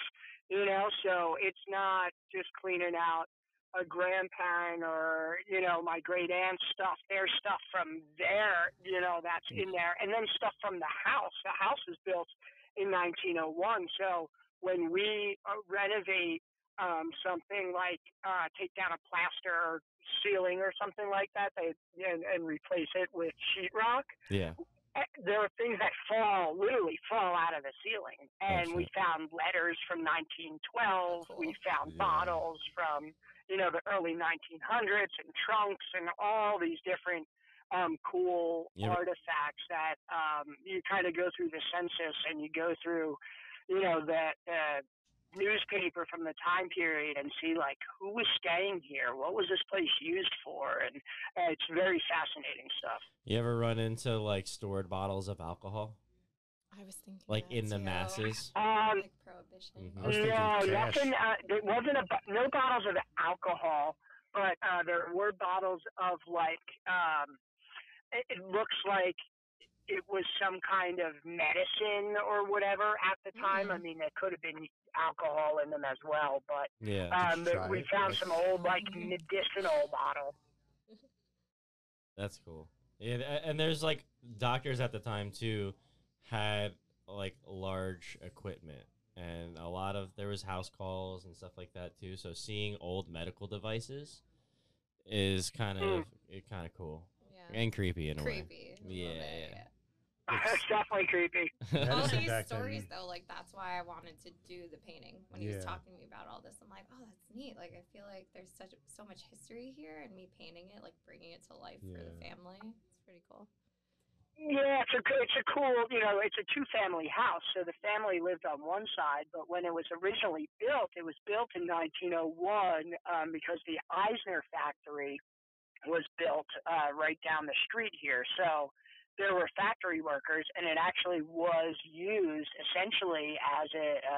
Speaker 7: You know, so it's not just cleaning out a grandparent or you know my great aunt's stuff their stuff from there you know that's in there and then stuff from the house the house was built in 1901 so when we uh, renovate um something like uh take down a plaster or ceiling or something like that they and, and replace it with sheetrock
Speaker 4: Yeah.
Speaker 7: eh, there are things that fall literally fall out of the ceiling and we found letters from 1912 we
Speaker 2: Yeah.
Speaker 7: found bottles from you know the early 1900s and trunks and all these different um, cool
Speaker 4: Yeah, but-
Speaker 7: artifacts that um, you kind of go through the census and you go through you know the, the newspaper from the time period and see like who was staying here what was this place used for and uh, it's very fascinating stuff
Speaker 4: You ever run into like stored bottles of alcohol,
Speaker 6: I was thinking
Speaker 4: like
Speaker 6: that
Speaker 4: in the
Speaker 6: too.
Speaker 4: masses?
Speaker 7: um,
Speaker 6: like prohibition.
Speaker 4: Mhm.
Speaker 2: I was thinking
Speaker 7: no,
Speaker 2: cash.
Speaker 7: nothing. Uh, there wasn't a bo- no bottles of alcohol, but uh, there were bottles of like. Um, it, it looks like it was some kind of medicine or whatever at the time. I
Speaker 6: Mhm.
Speaker 7: mean, there could have been alcohol in them as well, but
Speaker 4: Yeah,
Speaker 7: um,
Speaker 2: just
Speaker 7: th-
Speaker 2: try
Speaker 7: we
Speaker 2: it,
Speaker 7: found
Speaker 2: like-
Speaker 7: some old like medicinal bottle.
Speaker 4: that's cool. Yeah, th- and there's like doctors at the time too had like large equipment and a lot of there was house calls and stuff like that too. So seeing old medical devices is kind of it kind of cool
Speaker 6: Yeah.
Speaker 4: and creepy in a way.
Speaker 6: Creepy. a little
Speaker 4: Yeah,
Speaker 6: bit,
Speaker 4: yeah. It's-
Speaker 7: That's definitely creepy.
Speaker 2: That
Speaker 6: all
Speaker 2: is
Speaker 6: these
Speaker 2: back then.
Speaker 6: stories though like that's why i wanted to do the painting when he
Speaker 2: Yeah.
Speaker 6: was talking to me about all this i'm like oh that's neat like i feel like there's such so much history here and me painting it like bringing it to life for the
Speaker 2: Yeah.
Speaker 6: family it's pretty cool
Speaker 7: Yeah, it's a co- it's a cool you know it's a two family house. So the family lived on one side, but when it was originally built, it was built in 1901 um, because the Eisner factory was built uh, right down the street here. So there were factory workers, and it actually was used essentially as a, a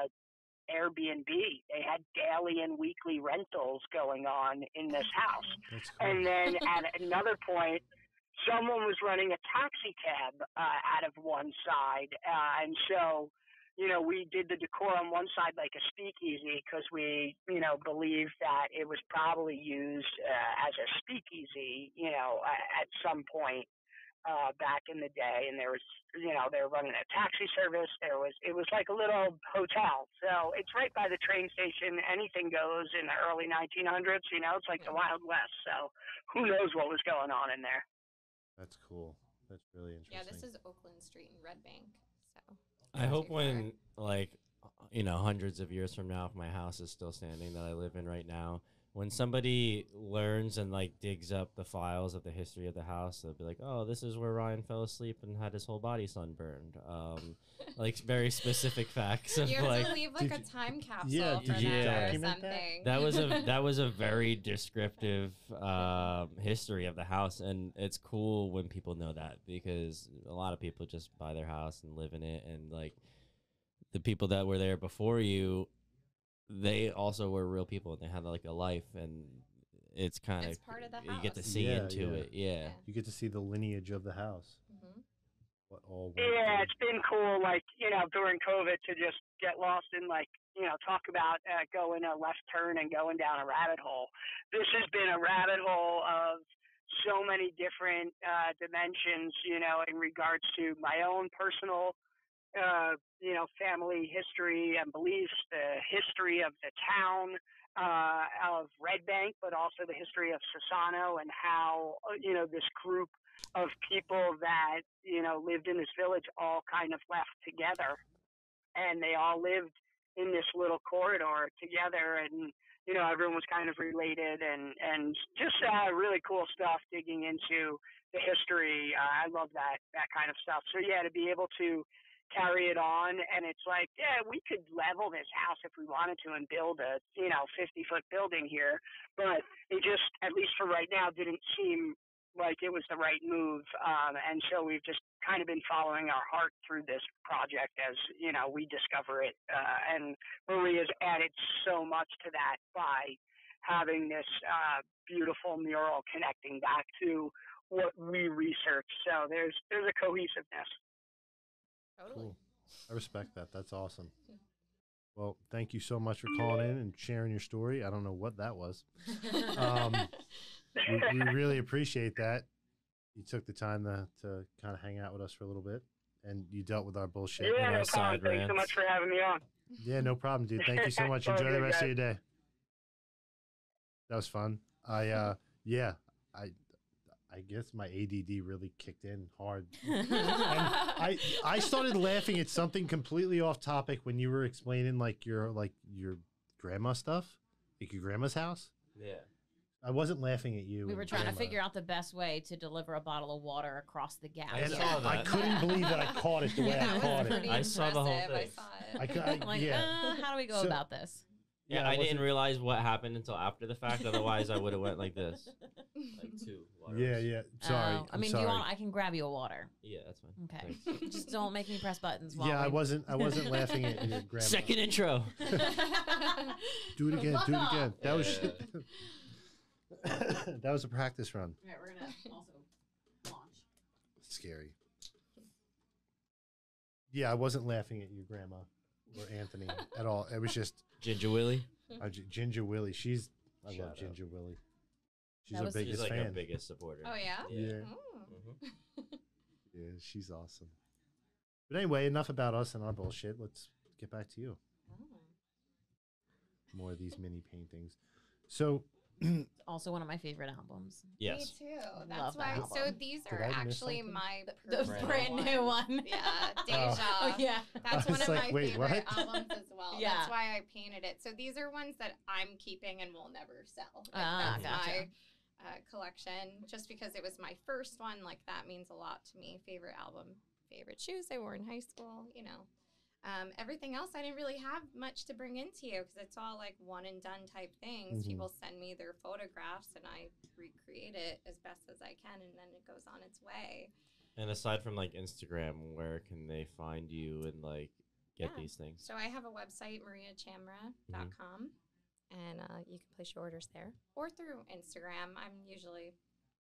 Speaker 7: Airbnb. They had daily and weekly rentals going on in this house.
Speaker 2: That's
Speaker 7: And
Speaker 2: cool.
Speaker 7: then at another point, someone was running a taxi cab uh, out of one side. Uh, and so, you know, we did the decor on one side like a speakeasy because we, you know, believed that it was probably used uh, as a speakeasy, you know, a- at some point. Uh, back in the day, and there was, you know, they were running a taxi service. There was, it was like a little hotel. So it's right by the train station. Anything goes in the early 1900s. You know, it's like the Wild West. So who knows what was going on in there.
Speaker 2: That's cool. That's really interesting.
Speaker 6: yeah this is oakland street in red bank so
Speaker 4: I hope
Speaker 6: Too far.
Speaker 4: when like you know hundreds of years from now, if my house is still standing that I live in right now, when somebody learns and like digs up the files of the history of the house, they'll be like, "Oh, this is where Ryan fell asleep and had his whole body sunburned." Um, like very specific facts of
Speaker 6: you have
Speaker 4: like
Speaker 6: to leave like
Speaker 2: did
Speaker 6: a
Speaker 2: you-
Speaker 6: time capsule
Speaker 2: yeah,
Speaker 6: for
Speaker 4: did
Speaker 6: that
Speaker 4: you
Speaker 6: or
Speaker 2: document that?
Speaker 6: something
Speaker 4: that was a that was a very descriptive um, history of the house, and it's cool when people know that because a lot of people just buy their house and live in it, and like the people that were there before you, they also were real people and they had like a life, and it's kind
Speaker 6: It's part of the
Speaker 4: you get to
Speaker 6: house.
Speaker 4: see
Speaker 2: Yeah,
Speaker 4: into
Speaker 2: yeah.
Speaker 4: it, yeah.
Speaker 2: you get to see the lineage of the house.
Speaker 6: Mhm.
Speaker 2: What all? went
Speaker 7: Yeah,
Speaker 2: through.
Speaker 7: it's been cool, like, you know, during COVID to just get lost in, like, you know, talk about uh, going a left turn and going down a rabbit hole. This has been a rabbit hole of so many different uh, dimensions, you know, in regards to my own personal, uh, you know, family history and beliefs, the history of the town. Uh, of Red Bank, but also the history of Sasano and how uh, you know this group of people that you know lived in this village all kind of left together and they all lived in this little corridor together and you know everyone was kind of related and and just uh, really cool stuff digging into the history uh, i love that that kind of stuff so yeah to be able to carry it on and it's like yeah we could level this house if we wanted to and build a you know 50 foot building here but it just at least for right now didn't seem like it was the right move. Um, and so we've just kind of been following our heart through this project as you know we discover it. Uh, and Maria's added so much to that by having this uh, beautiful mural connecting back to what we research. So there's there's a cohesiveness.
Speaker 6: totally
Speaker 2: Cool. I respect that. That's awesome. Well, thank you so much for calling in and sharing your story. I don't know what that was. Um, we, we really appreciate that. You took the time to, to kind of hang out with us for a little bit and you dealt with our bullshit.
Speaker 4: Yeah,
Speaker 7: yeah, no
Speaker 4: that's
Speaker 7: problem.
Speaker 4: side
Speaker 7: Thanks so
Speaker 4: rants.
Speaker 7: much for having me on.
Speaker 2: Yeah, no problem, dude. Thank you so much.
Speaker 7: Well,
Speaker 2: Enjoy the
Speaker 7: good,
Speaker 2: rest of
Speaker 7: guys.
Speaker 2: your day. That was fun. I uh yeah, I I guess my ADD really kicked in hard. I I started laughing at something completely off topic when you were explaining like your like your grandma stuff, like your grandma's house.
Speaker 4: Yeah.
Speaker 2: I wasn't laughing at you.
Speaker 5: we
Speaker 2: and
Speaker 5: were trying to
Speaker 2: grandma.
Speaker 5: figure out the best way to deliver a bottle of water across the gap.
Speaker 4: I
Speaker 2: And
Speaker 4: saw
Speaker 2: I,
Speaker 4: that.
Speaker 2: couldn't believe that I caught it the way
Speaker 6: yeah,
Speaker 2: I
Speaker 6: that
Speaker 2: caught
Speaker 6: was
Speaker 2: it.
Speaker 6: pretty
Speaker 4: I saw the whole
Speaker 6: impressive.
Speaker 4: thing.
Speaker 6: I saw
Speaker 2: I,
Speaker 6: it.
Speaker 2: cou- I
Speaker 5: like,
Speaker 2: yeah.
Speaker 5: uh, how do we go
Speaker 2: So-
Speaker 5: about this?
Speaker 4: Yeah,
Speaker 2: Yeah, I
Speaker 4: I didn't
Speaker 2: wasn't-
Speaker 4: realize what happened until after the fact. Otherwise, I would have went like this, like two. water
Speaker 2: Yeah,
Speaker 4: ups.
Speaker 2: yeah. Sorry.
Speaker 5: Oh, I
Speaker 2: I'm
Speaker 5: mean,
Speaker 2: sorry.
Speaker 5: do you want? I can grab you a water.
Speaker 4: yeah, that's fine.
Speaker 5: Okay.
Speaker 4: Thanks.
Speaker 5: Just don't make me press buttons. While
Speaker 2: yeah, I
Speaker 5: we-
Speaker 2: wasn't. I wasn't laughing at your grandma.
Speaker 4: Second intro.
Speaker 2: Do it again.
Speaker 5: Fuck
Speaker 2: Do it
Speaker 5: off.
Speaker 2: again. That was.
Speaker 4: Yeah.
Speaker 2: that was a practice run.
Speaker 5: All right, we're gonna also launch.
Speaker 2: Scary. Yeah, I wasn't laughing at your grandma or Anthony at all. It was just
Speaker 4: Ginger Willy.
Speaker 2: uh, G- Ginger Willie. She's. I
Speaker 4: Shout
Speaker 2: love
Speaker 4: out.
Speaker 2: Ginger Willie. She's
Speaker 5: That
Speaker 2: our
Speaker 5: was- She's
Speaker 2: biggest
Speaker 4: He's like
Speaker 2: fan.
Speaker 4: our biggest supporter.
Speaker 6: oh yeah,
Speaker 2: yeah.
Speaker 6: Ooh.
Speaker 4: Mhm.
Speaker 2: Yeah, she's awesome. But anyway, enough about us and our bullshit. Let's get back to you.
Speaker 6: Oh.
Speaker 2: More of these mini paintings. So
Speaker 5: It's also one of my favorite albums.
Speaker 4: Yes.
Speaker 6: Me too.
Speaker 5: Love
Speaker 6: That's
Speaker 5: that
Speaker 6: why. So
Speaker 5: album.
Speaker 6: these
Speaker 2: Did
Speaker 6: are
Speaker 2: I miss
Speaker 6: actually
Speaker 2: something?
Speaker 6: my
Speaker 5: The
Speaker 4: Right.
Speaker 6: personal
Speaker 5: brand new one.
Speaker 6: Yeah, deja.
Speaker 5: Oh yeah.
Speaker 6: That's
Speaker 2: I
Speaker 6: one
Speaker 2: was
Speaker 6: of my
Speaker 2: like, "Wait,
Speaker 6: favorite
Speaker 2: what?"
Speaker 6: albums as well.
Speaker 5: Yeah.
Speaker 6: That's why I painted it. So these are ones that I'm keeping and will never sell. Like,
Speaker 5: Ah,
Speaker 6: that's
Speaker 5: gotcha.
Speaker 6: my uh, collection. Just because it was my first one, like that means a lot to me. Favorite album, favorite shoes I wore in high school, you know. Um, everything else, I didn't really have much to bring into you because it's all like one and done type things.
Speaker 2: Mhm.
Speaker 6: People send me their photographs and I recreate it as best as I can, and then it goes on its way.
Speaker 4: And aside from like Instagram, where can they find you and like get
Speaker 6: Yeah.
Speaker 4: these things?
Speaker 6: So I have a website, mariachamra.com, and uh, you can place your orders there or through Instagram. I'm usually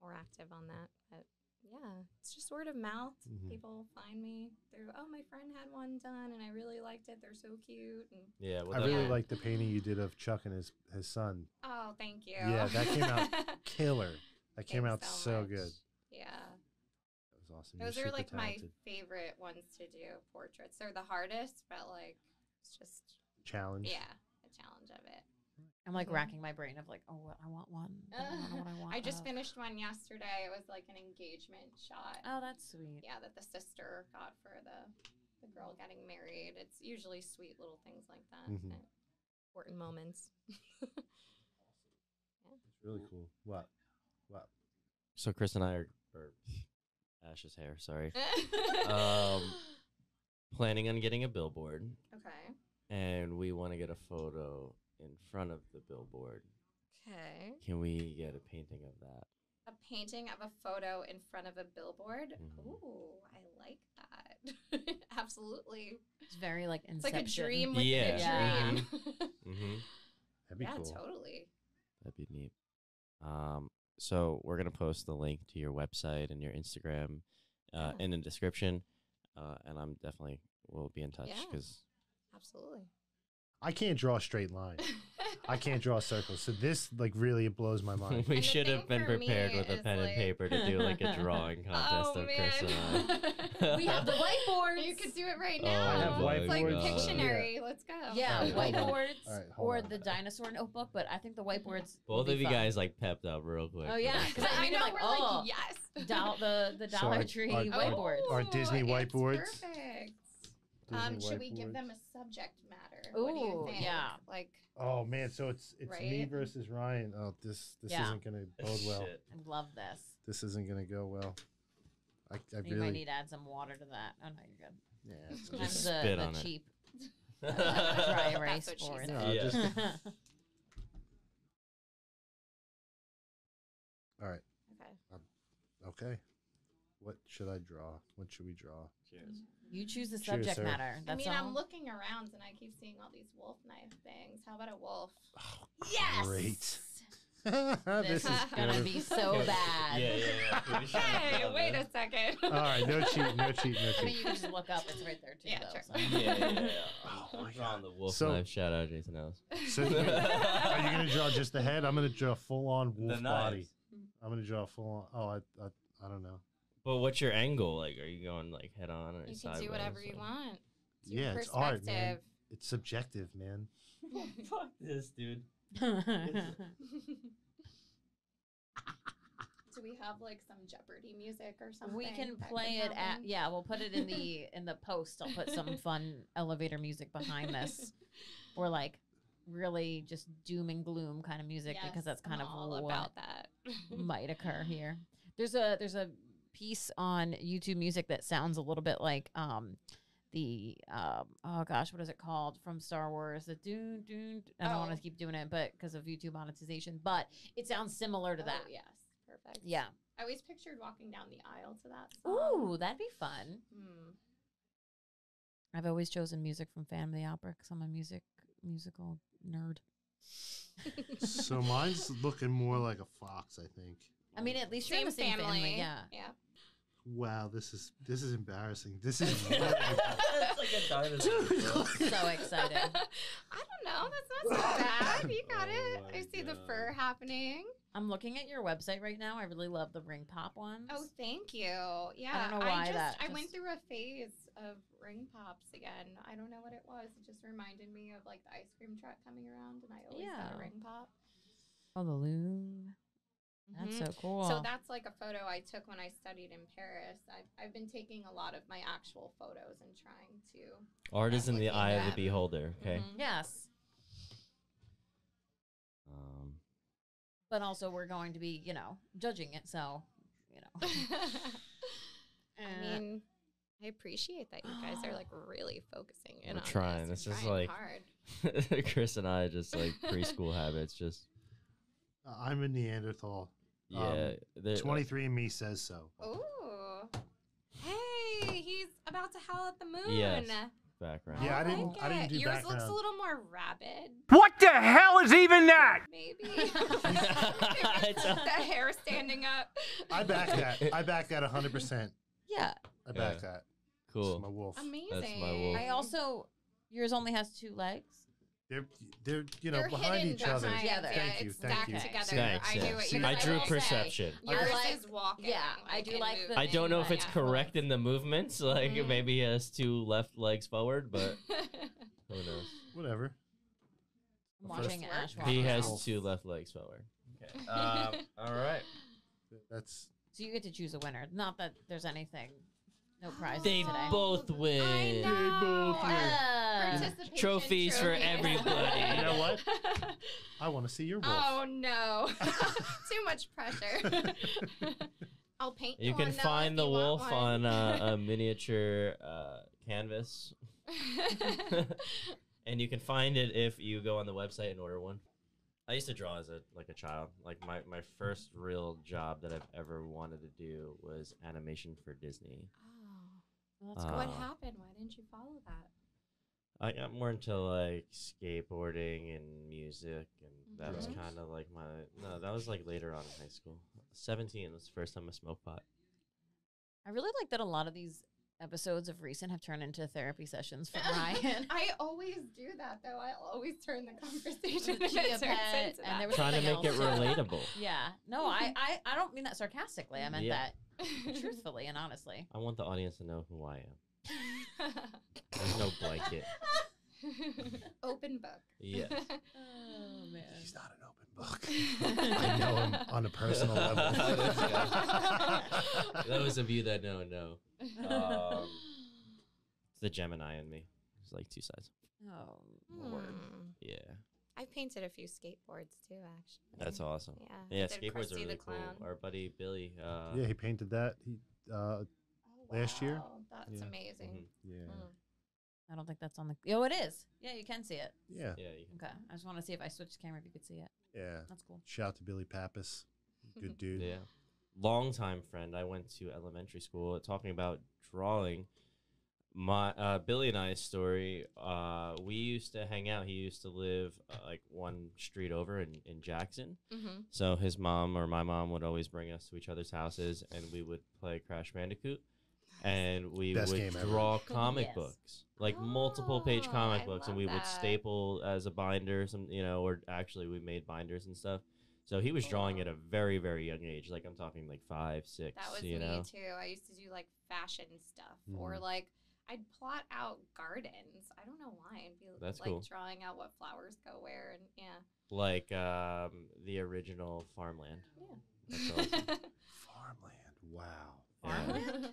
Speaker 6: more active on that. But yeah, it's just word of mouth.
Speaker 2: Mhm.
Speaker 6: People find me through, oh, my friend had one done and I really liked it. They're so cute. And,
Speaker 4: Yeah, well,
Speaker 2: I
Speaker 4: that-
Speaker 2: really
Speaker 6: Yeah.
Speaker 2: like the painting you did of Chuck and his, his son.
Speaker 6: oh, thank you.
Speaker 2: Yeah, that came out- Killer. That came out
Speaker 6: Thanks
Speaker 2: so,
Speaker 6: much.
Speaker 2: good. That
Speaker 6: Yeah.
Speaker 2: was awesome. You're
Speaker 6: Those are
Speaker 2: super
Speaker 6: like
Speaker 2: talented.
Speaker 6: my favorite ones to do portraits. They're the hardest, but like it's just,
Speaker 2: challenge.
Speaker 6: yeah, the challenge of it.
Speaker 5: I'm like
Speaker 6: Mhm.
Speaker 5: racking my brain of like, oh, what I want one. but I don't know what I want.
Speaker 6: I just
Speaker 5: of."
Speaker 6: finished one yesterday. It was like an engagement shot.
Speaker 5: Oh, that's sweet.
Speaker 6: Yeah, that the sister got for the the girl getting married. It's usually sweet little things like that.
Speaker 2: Mhm.
Speaker 6: uh, Important moments.
Speaker 2: It's really cool. What? What?
Speaker 4: so Chris and I are, or Ash's hair, sorry,
Speaker 6: Eh.
Speaker 4: Um, planning on getting a billboard,
Speaker 6: okay.
Speaker 4: and we want to get a photo in front of the billboard.
Speaker 6: Okay.
Speaker 4: Can we get a painting of that?
Speaker 6: A painting of a photo in front of a billboard.
Speaker 4: Mhm.
Speaker 6: Ooh, I like that. Absolutely.
Speaker 5: It's very like
Speaker 6: It's
Speaker 5: inception.
Speaker 6: like a dream within
Speaker 4: Yeah.
Speaker 5: Yeah.
Speaker 6: a dream.
Speaker 4: Mm-hmm.
Speaker 2: That'd be
Speaker 6: yeah,
Speaker 2: cool.
Speaker 6: totally.
Speaker 4: That'd be neat. Um, so we're gonna post the link to your website and your Instagram uh,
Speaker 6: Yeah.
Speaker 4: in the description, uh, and I'm definitely will be in touch
Speaker 6: Yeah.
Speaker 4: because
Speaker 6: Absolutely.
Speaker 2: I can't draw a straight line. I can't draw circles. So this like really it blows my mind.
Speaker 4: we
Speaker 6: And the
Speaker 4: should have
Speaker 6: thing
Speaker 4: been
Speaker 6: for me
Speaker 4: prepared with a
Speaker 6: is,
Speaker 4: pen and
Speaker 6: like-
Speaker 4: paper to do like a drawing contest
Speaker 6: Oh,
Speaker 4: of Chris and I.
Speaker 6: man.
Speaker 5: we have the whiteboards.
Speaker 6: You could do it right
Speaker 4: Oh
Speaker 6: now.
Speaker 2: I have
Speaker 4: my
Speaker 6: it's like
Speaker 4: God.
Speaker 6: Pictionary. Let's go.
Speaker 5: Yeah,
Speaker 4: Oh,
Speaker 2: Alright, hold on.
Speaker 5: whiteboards
Speaker 2: Alright, hold
Speaker 5: or
Speaker 2: on.
Speaker 5: the dinosaur notebook, but I think the whiteboards. would
Speaker 4: Both
Speaker 5: be
Speaker 4: of you
Speaker 5: fun.
Speaker 4: guys like pepped up real quick.
Speaker 5: Oh,
Speaker 4: for
Speaker 5: yeah,
Speaker 4: this.
Speaker 5: 'cause I-
Speaker 6: I
Speaker 5: mean,
Speaker 6: know
Speaker 5: like,
Speaker 6: we're
Speaker 5: oh,
Speaker 6: like yes.
Speaker 5: Doll, the the
Speaker 2: So
Speaker 5: Dollar
Speaker 2: I-
Speaker 5: Tree
Speaker 2: I-
Speaker 5: whiteboards.
Speaker 2: Oh. Our Disney
Speaker 6: it's
Speaker 2: whiteboards.
Speaker 6: Perfect. Um, should we give them a subject matter? what do
Speaker 5: Ooh,
Speaker 6: you think?
Speaker 5: yeah.
Speaker 6: Like,
Speaker 2: Oh man, so it's it's me
Speaker 6: Right?
Speaker 2: versus Ryan. Oh, this this
Speaker 5: Yeah.
Speaker 2: isn't gonna bode well.
Speaker 4: Shit.
Speaker 5: I love this.
Speaker 2: This isn't gonna go well. I, I
Speaker 5: You might
Speaker 2: really
Speaker 5: need to add some water to that. Oh no, you're good.
Speaker 2: yeah.
Speaker 5: I'm
Speaker 4: Just
Speaker 5: the,
Speaker 4: spit
Speaker 5: the
Speaker 4: on it.
Speaker 5: cheap dry
Speaker 4: That's
Speaker 5: erase
Speaker 6: what she
Speaker 5: board.
Speaker 2: said. Yeah, just- All right.
Speaker 6: okay.
Speaker 2: Okay. What should I draw? What should we draw?
Speaker 5: you choose the
Speaker 2: Cheers,
Speaker 5: subject
Speaker 2: sir.
Speaker 5: matter.
Speaker 6: I
Speaker 5: That's
Speaker 6: mean,
Speaker 5: all.
Speaker 6: I'm looking around and I keep seeing all these wolf knife things. How about a wolf?
Speaker 5: yes.
Speaker 2: Great. this is
Speaker 5: is gonna
Speaker 2: good.
Speaker 5: be so bad.
Speaker 4: Yeah, yeah, yeah. We should have
Speaker 6: Hey,
Speaker 4: done
Speaker 6: wait
Speaker 4: that.
Speaker 6: a second.
Speaker 2: All right, no cheat, no cheat, no
Speaker 5: I mean,
Speaker 2: cheat.
Speaker 5: you can just look up. It's right there too.
Speaker 6: Yeah,
Speaker 5: though,
Speaker 6: sure.
Speaker 5: so.
Speaker 4: Yeah, yeah, yeah.
Speaker 2: Oh my
Speaker 4: We're
Speaker 2: God.
Speaker 4: on the wolf
Speaker 2: So-
Speaker 4: knife. Shout out Jason Ellis.
Speaker 2: So wait, are you gonna draw just the head? I'm gonna draw full on wolf body.
Speaker 4: knives.
Speaker 2: I'm gonna draw full on. Oh, I, I I don't know.
Speaker 4: But what's your angle? Like, are you going like head on or
Speaker 6: You can
Speaker 4: sideways?
Speaker 6: do whatever you
Speaker 4: or-
Speaker 6: want. It's your
Speaker 2: yeah, it's art, man.
Speaker 6: perspective.
Speaker 2: It's subjective, man.
Speaker 4: Fuck this, dude.
Speaker 6: Do we have like some Jeopardy music or something?
Speaker 5: we can
Speaker 6: that
Speaker 5: play
Speaker 6: could
Speaker 5: it at
Speaker 6: happen?
Speaker 5: yeah. We'll put it in the in the post. I'll put some fun elevator music behind this, or like really just doom and gloom kind of music
Speaker 6: Yes,
Speaker 5: because that's
Speaker 6: I'm
Speaker 5: kind of
Speaker 6: all
Speaker 5: what
Speaker 6: about that. Mm-hmm.
Speaker 5: might occur here. There's a there's a piece on YouTube Music that sounds a little bit like um the um oh gosh what is it called from Star Wars the doon doon. I don't want
Speaker 6: Oh.
Speaker 5: to keep doing it, but because of YouTube monetization, but it sounds similar to
Speaker 6: Oh,
Speaker 5: that.
Speaker 6: yes, perfect.
Speaker 5: Yeah.
Speaker 6: I always pictured walking down the aisle to that. Song.
Speaker 5: Ooh, that'd be fun.
Speaker 6: Hmm.
Speaker 5: I've always chosen music from Phantom of the Opera because I'm a music musical nerd.
Speaker 2: So mine's looking more like a fox, I think.
Speaker 5: I mean, at least you're in
Speaker 6: Same
Speaker 5: the same family.
Speaker 6: family.
Speaker 5: Yeah.
Speaker 6: Yeah.
Speaker 2: Wow, this is this is embarrassing. This is
Speaker 4: it's like a dinosaur. bro.
Speaker 5: So excited.
Speaker 6: I don't know. That's not so bad. You got
Speaker 4: Oh
Speaker 6: it.
Speaker 4: my
Speaker 6: I see the
Speaker 4: God.
Speaker 6: fur happening.
Speaker 5: I'm looking at your website right now. I really love the ring pop ones.
Speaker 6: Oh, thank you. Yeah.
Speaker 5: know why
Speaker 6: just,
Speaker 5: that
Speaker 6: I
Speaker 5: just-
Speaker 6: went through a phase of ring pops again. I don't know what it was. It just reminded me of like the ice cream truck coming around, and I always got
Speaker 5: Yeah.
Speaker 6: a ring pop.
Speaker 5: Oh, the Louvre. That's
Speaker 6: Mhm.
Speaker 5: so cool.
Speaker 6: So that's like a photo I took when I studied in Paris. I've, I've been taking a lot of my actual photos and trying to.
Speaker 4: Art is in the
Speaker 6: Looking
Speaker 4: eye of the
Speaker 6: at-
Speaker 4: beholder. Okay.
Speaker 6: Mhm.
Speaker 5: yes.
Speaker 6: Mm-hmm.
Speaker 4: Um,
Speaker 5: But also, we're going to be, you know, judging it. So, you know.
Speaker 6: I
Speaker 5: Eh.
Speaker 6: mean, I appreciate that you guys are like really focusing in
Speaker 4: We're
Speaker 6: on
Speaker 4: trying.
Speaker 6: This.
Speaker 4: This
Speaker 6: We're
Speaker 4: is,
Speaker 6: trying
Speaker 4: like-
Speaker 6: hard.
Speaker 4: Um, Chris and I just like preschool habits. Just
Speaker 2: I'm a Neanderthal. Um,
Speaker 4: yeah. uh, they're-
Speaker 2: 23 and me says so.
Speaker 6: Oh. Ooh. Hey, he's about to howl at the moon.
Speaker 4: Yes. background.
Speaker 2: Yeah, I didn't-
Speaker 6: like
Speaker 2: I didn't
Speaker 6: it.
Speaker 2: do
Speaker 6: Yours looks a
Speaker 2: background.
Speaker 6: little more rabid,
Speaker 7: What the hell is even that?
Speaker 6: maybe.
Speaker 4: It's a-
Speaker 6: the hair standing up.
Speaker 2: I back that. I back that 100%.
Speaker 5: Yeah.
Speaker 2: I back
Speaker 4: Yeah.
Speaker 2: that. It's my
Speaker 4: Cool.
Speaker 2: wolf.
Speaker 6: Amazing.
Speaker 4: wolf.
Speaker 5: I also, yours only has two legs.
Speaker 2: They're, they're, you know,
Speaker 6: They're
Speaker 2: behind
Speaker 6: hidden
Speaker 2: each other.
Speaker 6: behind-
Speaker 5: Yeah, they're-
Speaker 2: Thank you.
Speaker 6: it's
Speaker 2: Thank
Speaker 6: stacked
Speaker 2: you.
Speaker 6: together.
Speaker 4: Thanks.
Speaker 6: I knew
Speaker 4: yeah.
Speaker 6: what
Speaker 4: See,
Speaker 6: you
Speaker 4: I
Speaker 6: were
Speaker 4: drew
Speaker 6: saying.
Speaker 4: perception.
Speaker 6: Yours
Speaker 5: like-
Speaker 6: is walking.
Speaker 5: yeah, I do
Speaker 6: and
Speaker 5: like the-
Speaker 6: moving.
Speaker 4: I don't know if
Speaker 5: But
Speaker 4: it's
Speaker 5: yeah,
Speaker 4: correct
Speaker 5: like-
Speaker 4: in the movements. Like
Speaker 6: Mhm.
Speaker 4: maybe he has two left legs forward, but who knows?
Speaker 2: Whatever. The
Speaker 5: I'm
Speaker 2: first
Speaker 5: watching
Speaker 6: work.
Speaker 5: Ash. walk
Speaker 4: He
Speaker 5: around.
Speaker 4: has two left legs forward. Okay. Um, all right.
Speaker 2: That's
Speaker 5: So you get to choose a winner. Not that there's anything, no prizes
Speaker 4: They
Speaker 5: today.
Speaker 4: both
Speaker 6: I
Speaker 4: win.
Speaker 6: know.
Speaker 5: Ah.
Speaker 6: Participation
Speaker 4: Uh, Trophies for everybody.
Speaker 2: You know what? I want to see your wolf.
Speaker 6: Oh no! Too much pressure. I'll paint.
Speaker 4: You
Speaker 6: one,
Speaker 4: can
Speaker 6: though, if
Speaker 4: find the
Speaker 6: you want
Speaker 4: wolf on
Speaker 6: one.
Speaker 4: uh, a miniature uh, canvas, and you can find it if you go on the website and order one. I used to draw as a like a child. Like my, my first real job that I've ever wanted to do was animation for Disney.
Speaker 5: Well,
Speaker 4: Uh,
Speaker 6: Oh. what happened? Why didn't you follow that?
Speaker 4: I got more into like skateboarding and music, and that was
Speaker 6: Mhm.
Speaker 4: kind of like my no. That was like later on in high school. Seventeen was the first time I smoked pot.
Speaker 5: I really like that a lot of these episodes of recent have turned into therapy sessions for Ryan.
Speaker 6: I always do that though. I always turn the conversation
Speaker 5: The
Speaker 6: and it
Speaker 5: Chia
Speaker 6: turns
Speaker 5: pet,
Speaker 6: into
Speaker 5: and there was
Speaker 4: Trying to make
Speaker 5: something
Speaker 4: it
Speaker 5: else.
Speaker 4: relatable.
Speaker 5: yeah. No, I, I, I don't mean that sarcastically. I meant
Speaker 4: Yeah.
Speaker 5: that
Speaker 6: that.
Speaker 5: truthfully and honestly.
Speaker 4: I want the audience to know who I am. There's no blanket.
Speaker 6: Open book.
Speaker 4: Yes.
Speaker 5: Oh man.
Speaker 2: He's not an open book. I know him on a personal
Speaker 4: This
Speaker 2: level.
Speaker 4: Those of you that know know. Um, it's the Gemini in me. It's like two sides.
Speaker 5: Oh.
Speaker 6: Hmm.
Speaker 4: Yeah,
Speaker 6: I painted a few skateboards too, actually.
Speaker 4: that's awesome.
Speaker 6: Yeah.
Speaker 4: Yeah,
Speaker 6: I did
Speaker 4: skateboards
Speaker 6: Krusty
Speaker 4: are
Speaker 6: the
Speaker 4: really cool.
Speaker 6: Clown.
Speaker 4: Our buddy Billy. Uh,
Speaker 2: yeah, he painted that. He, uh,
Speaker 6: Oh,
Speaker 2: last year?
Speaker 6: wow, That's
Speaker 2: Yeah.
Speaker 6: amazing.
Speaker 2: yeah.
Speaker 4: Mm-hmm.
Speaker 6: Mm.
Speaker 5: I don't think that's on the. Oh, it is. Yeah, you can see it.
Speaker 2: Yeah.
Speaker 4: yeah, you can-
Speaker 5: Okay. I just want to see if I switched camera if you could see it.
Speaker 2: Yeah.
Speaker 5: That's cool.
Speaker 2: Shout out to Billy Pappas. Good dude.
Speaker 4: Yeah. Longtime friend. I went to elementary school talking about drawing. My uh, Billy and I's story. Uh, we used to hang out. He used to live uh, like one street over in, in Jackson.
Speaker 6: Mhm.
Speaker 4: So his mom or my mom would always bring us to each other's houses, and we would play Crash Bandicoot, and we
Speaker 2: Best
Speaker 4: would
Speaker 2: game ever.
Speaker 4: draw comic
Speaker 5: Yes.
Speaker 4: books, like multiple page
Speaker 6: Oh,
Speaker 4: comic
Speaker 6: I
Speaker 4: books, and we
Speaker 6: love
Speaker 4: would
Speaker 6: that.
Speaker 4: staple as a binder, some you know, or actually we made binders and stuff. So he was drawing at a very very young age, like I'm talking like five, six,
Speaker 6: That was
Speaker 4: you
Speaker 6: me
Speaker 4: know.
Speaker 6: too. I used to do like fashion stuff
Speaker 4: Mm-hmm.
Speaker 6: or like I'd plot out gardens. I don't know why. I'd be
Speaker 4: That's
Speaker 6: like
Speaker 4: cool.
Speaker 6: drawing out what flowers go where and yeah.
Speaker 4: Like um, the original farmland. That's awesome.
Speaker 2: Farmland. Wow.
Speaker 4: Yeah.
Speaker 5: Farmland?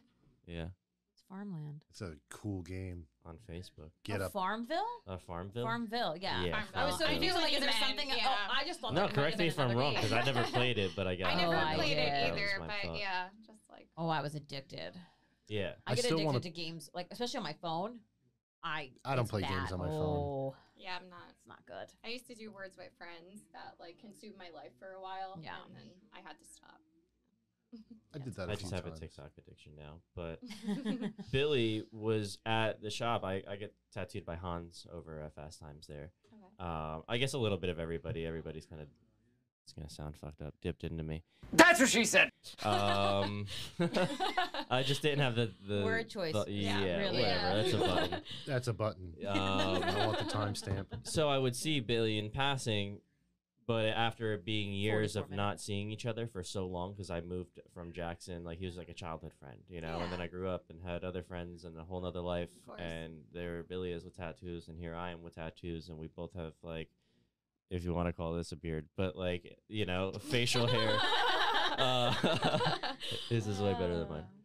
Speaker 4: yeah,
Speaker 5: It's farmland.
Speaker 2: It's a cool game.
Speaker 4: on Facebook,
Speaker 2: Get
Speaker 5: oh,
Speaker 2: up.
Speaker 5: Farmville?
Speaker 4: uh, Farmville.
Speaker 5: Farmville, yeah.
Speaker 4: Yeah,
Speaker 5: I was so
Speaker 4: Farmville.
Speaker 5: confused. Like, is there
Speaker 6: Farmville.
Speaker 5: something?
Speaker 6: Yeah.
Speaker 5: Oh, I just thought.
Speaker 4: No,
Speaker 5: that might have
Speaker 4: correct me
Speaker 5: been
Speaker 4: if I'm
Speaker 5: another
Speaker 4: wrong
Speaker 5: name.
Speaker 4: because I never played it, but I got.
Speaker 6: I
Speaker 5: Oh,
Speaker 6: never
Speaker 5: I
Speaker 6: played
Speaker 5: get
Speaker 6: it
Speaker 5: it.
Speaker 4: That was
Speaker 6: either,
Speaker 4: my
Speaker 6: but
Speaker 4: fault.
Speaker 6: yeah, just like
Speaker 5: Oh, I was addicted.
Speaker 4: Yeah.
Speaker 5: I,
Speaker 2: I
Speaker 5: get
Speaker 2: still
Speaker 5: addicted
Speaker 2: wanna-
Speaker 5: to games, like especially on my phone. I
Speaker 2: I don't
Speaker 5: it's
Speaker 2: play
Speaker 5: bad.
Speaker 2: games on my phone.
Speaker 5: oh,
Speaker 6: yeah, I'm not.
Speaker 5: It's not good.
Speaker 6: I used to do words with friends that like consumed my life for a while.
Speaker 5: Yeah.
Speaker 6: And then I had to stop.
Speaker 2: I did that a
Speaker 4: I
Speaker 2: few
Speaker 4: just have
Speaker 2: times.
Speaker 4: a TikTok addiction now. But Billy was at the shop. I, I get tattooed by Hans over at Fast Times there.
Speaker 6: Okay.
Speaker 4: Um, I guess a little bit of everybody. Everybody's kind of, it's going to sound fucked up, dipped into me.
Speaker 7: That's what she said.
Speaker 4: Um, I just didn't have the. the
Speaker 5: Word choice.
Speaker 4: the- yeah,
Speaker 5: Yeah, really.
Speaker 4: whatever. That's a button.
Speaker 2: That's a button. I
Speaker 4: Um,
Speaker 2: want the timestamp.
Speaker 4: so I would see Billy in passing, but after it being years
Speaker 5: 44
Speaker 4: of not seeing each other for so long, because I moved from Jackson, like he was like a childhood friend, you know, and then I grew up and had other friends and a whole nother life.
Speaker 6: course.
Speaker 4: And there Billy is with tattoos, and here I am with tattoos, and we both have like if you want to call this a beard, but like you know, facial hair. Uh, his is way better than mine.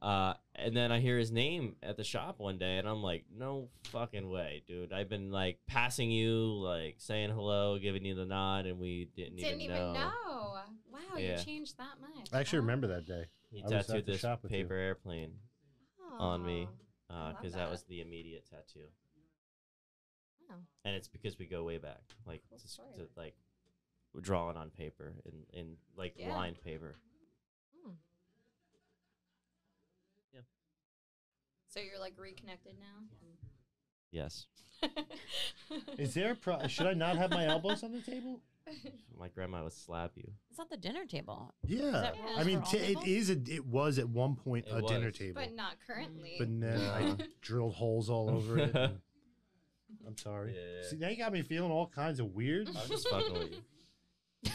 Speaker 4: Uh, and then I hear his name at the shop one day, and I'm like, no fucking way, dude. I've been like passing you, like saying hello, giving you the nod, and we didn't,
Speaker 6: Didn't
Speaker 4: even,
Speaker 6: even know.
Speaker 4: know.
Speaker 6: Wow,
Speaker 4: Yeah.
Speaker 6: you changed that much.
Speaker 2: I actually
Speaker 6: Wow.
Speaker 2: remember that day.
Speaker 4: He
Speaker 2: I was at
Speaker 4: tattooed
Speaker 2: the
Speaker 4: this
Speaker 2: shop with you.
Speaker 4: paper airplane on me
Speaker 6: Aw. I love
Speaker 4: because that
Speaker 6: that.
Speaker 4: was the immediate tattoo,
Speaker 6: Wow.
Speaker 4: and it's because we go way back, like
Speaker 6: Cool
Speaker 4: just
Speaker 6: story.
Speaker 4: to, like drawing on paper and in like
Speaker 6: Yeah.
Speaker 4: lined paper.
Speaker 6: Hmm.
Speaker 4: Yeah.
Speaker 6: So you're like reconnected now.
Speaker 4: Yes,
Speaker 2: Is there a pro- should I not have my elbows on the table?
Speaker 4: my grandma would slap you.
Speaker 5: It's not the dinner table.
Speaker 2: Yeah.
Speaker 5: that
Speaker 6: Yeah.
Speaker 5: rules
Speaker 2: I mean,
Speaker 5: for all
Speaker 2: t- it
Speaker 5: people?
Speaker 2: is a, it was at one point
Speaker 4: It
Speaker 2: a dinner
Speaker 4: was.
Speaker 2: table,
Speaker 6: But not currently.
Speaker 2: but then I drilled holes all over it. and- I'm sorry.
Speaker 4: Yeah.
Speaker 2: See, now you got me feeling all kinds of weird.
Speaker 4: I'm just fucking with you.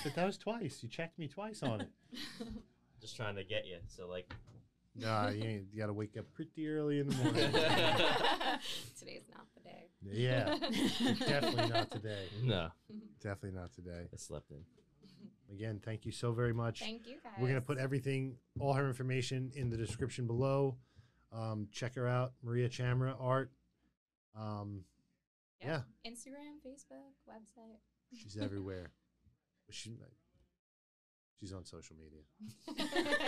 Speaker 2: but that was twice. You checked me twice on it.
Speaker 4: Just trying to get you. So like,
Speaker 2: Nah, you, ain't- you got to wake up pretty early in the morning.
Speaker 6: Today's not the day.
Speaker 2: yeah, definitely not today.
Speaker 4: no,
Speaker 2: Definitely not today.
Speaker 4: I slept in.
Speaker 2: Again, thank you so very much.
Speaker 6: Thank you guys.
Speaker 2: We're gonna put everything, all her information, in the description below. Um, check her out, Maria Chamra Art. Um, yeah.
Speaker 6: Instagram, Facebook, website.
Speaker 2: she's everywhere. But She, she's on social media.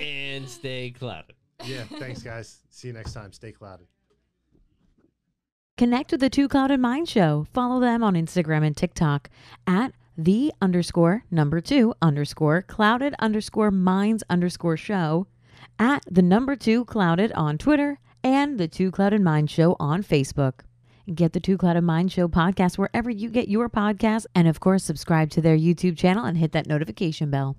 Speaker 4: and stay clouded.
Speaker 2: Yeah. Thanks, guys. See you next time. Stay clouded.
Speaker 5: Connect with the Two Clouded Mind Show. Follow them on Instagram and TikTok at the underscore number two underscore clouded underscore minds underscore show at the number two clouded on Twitter and the Two Clouded Mind Show on Facebook. Get the Two Clouded Mind Show podcast wherever you get your podcasts. And of course, subscribe to their YouTube channel and hit that notification bell.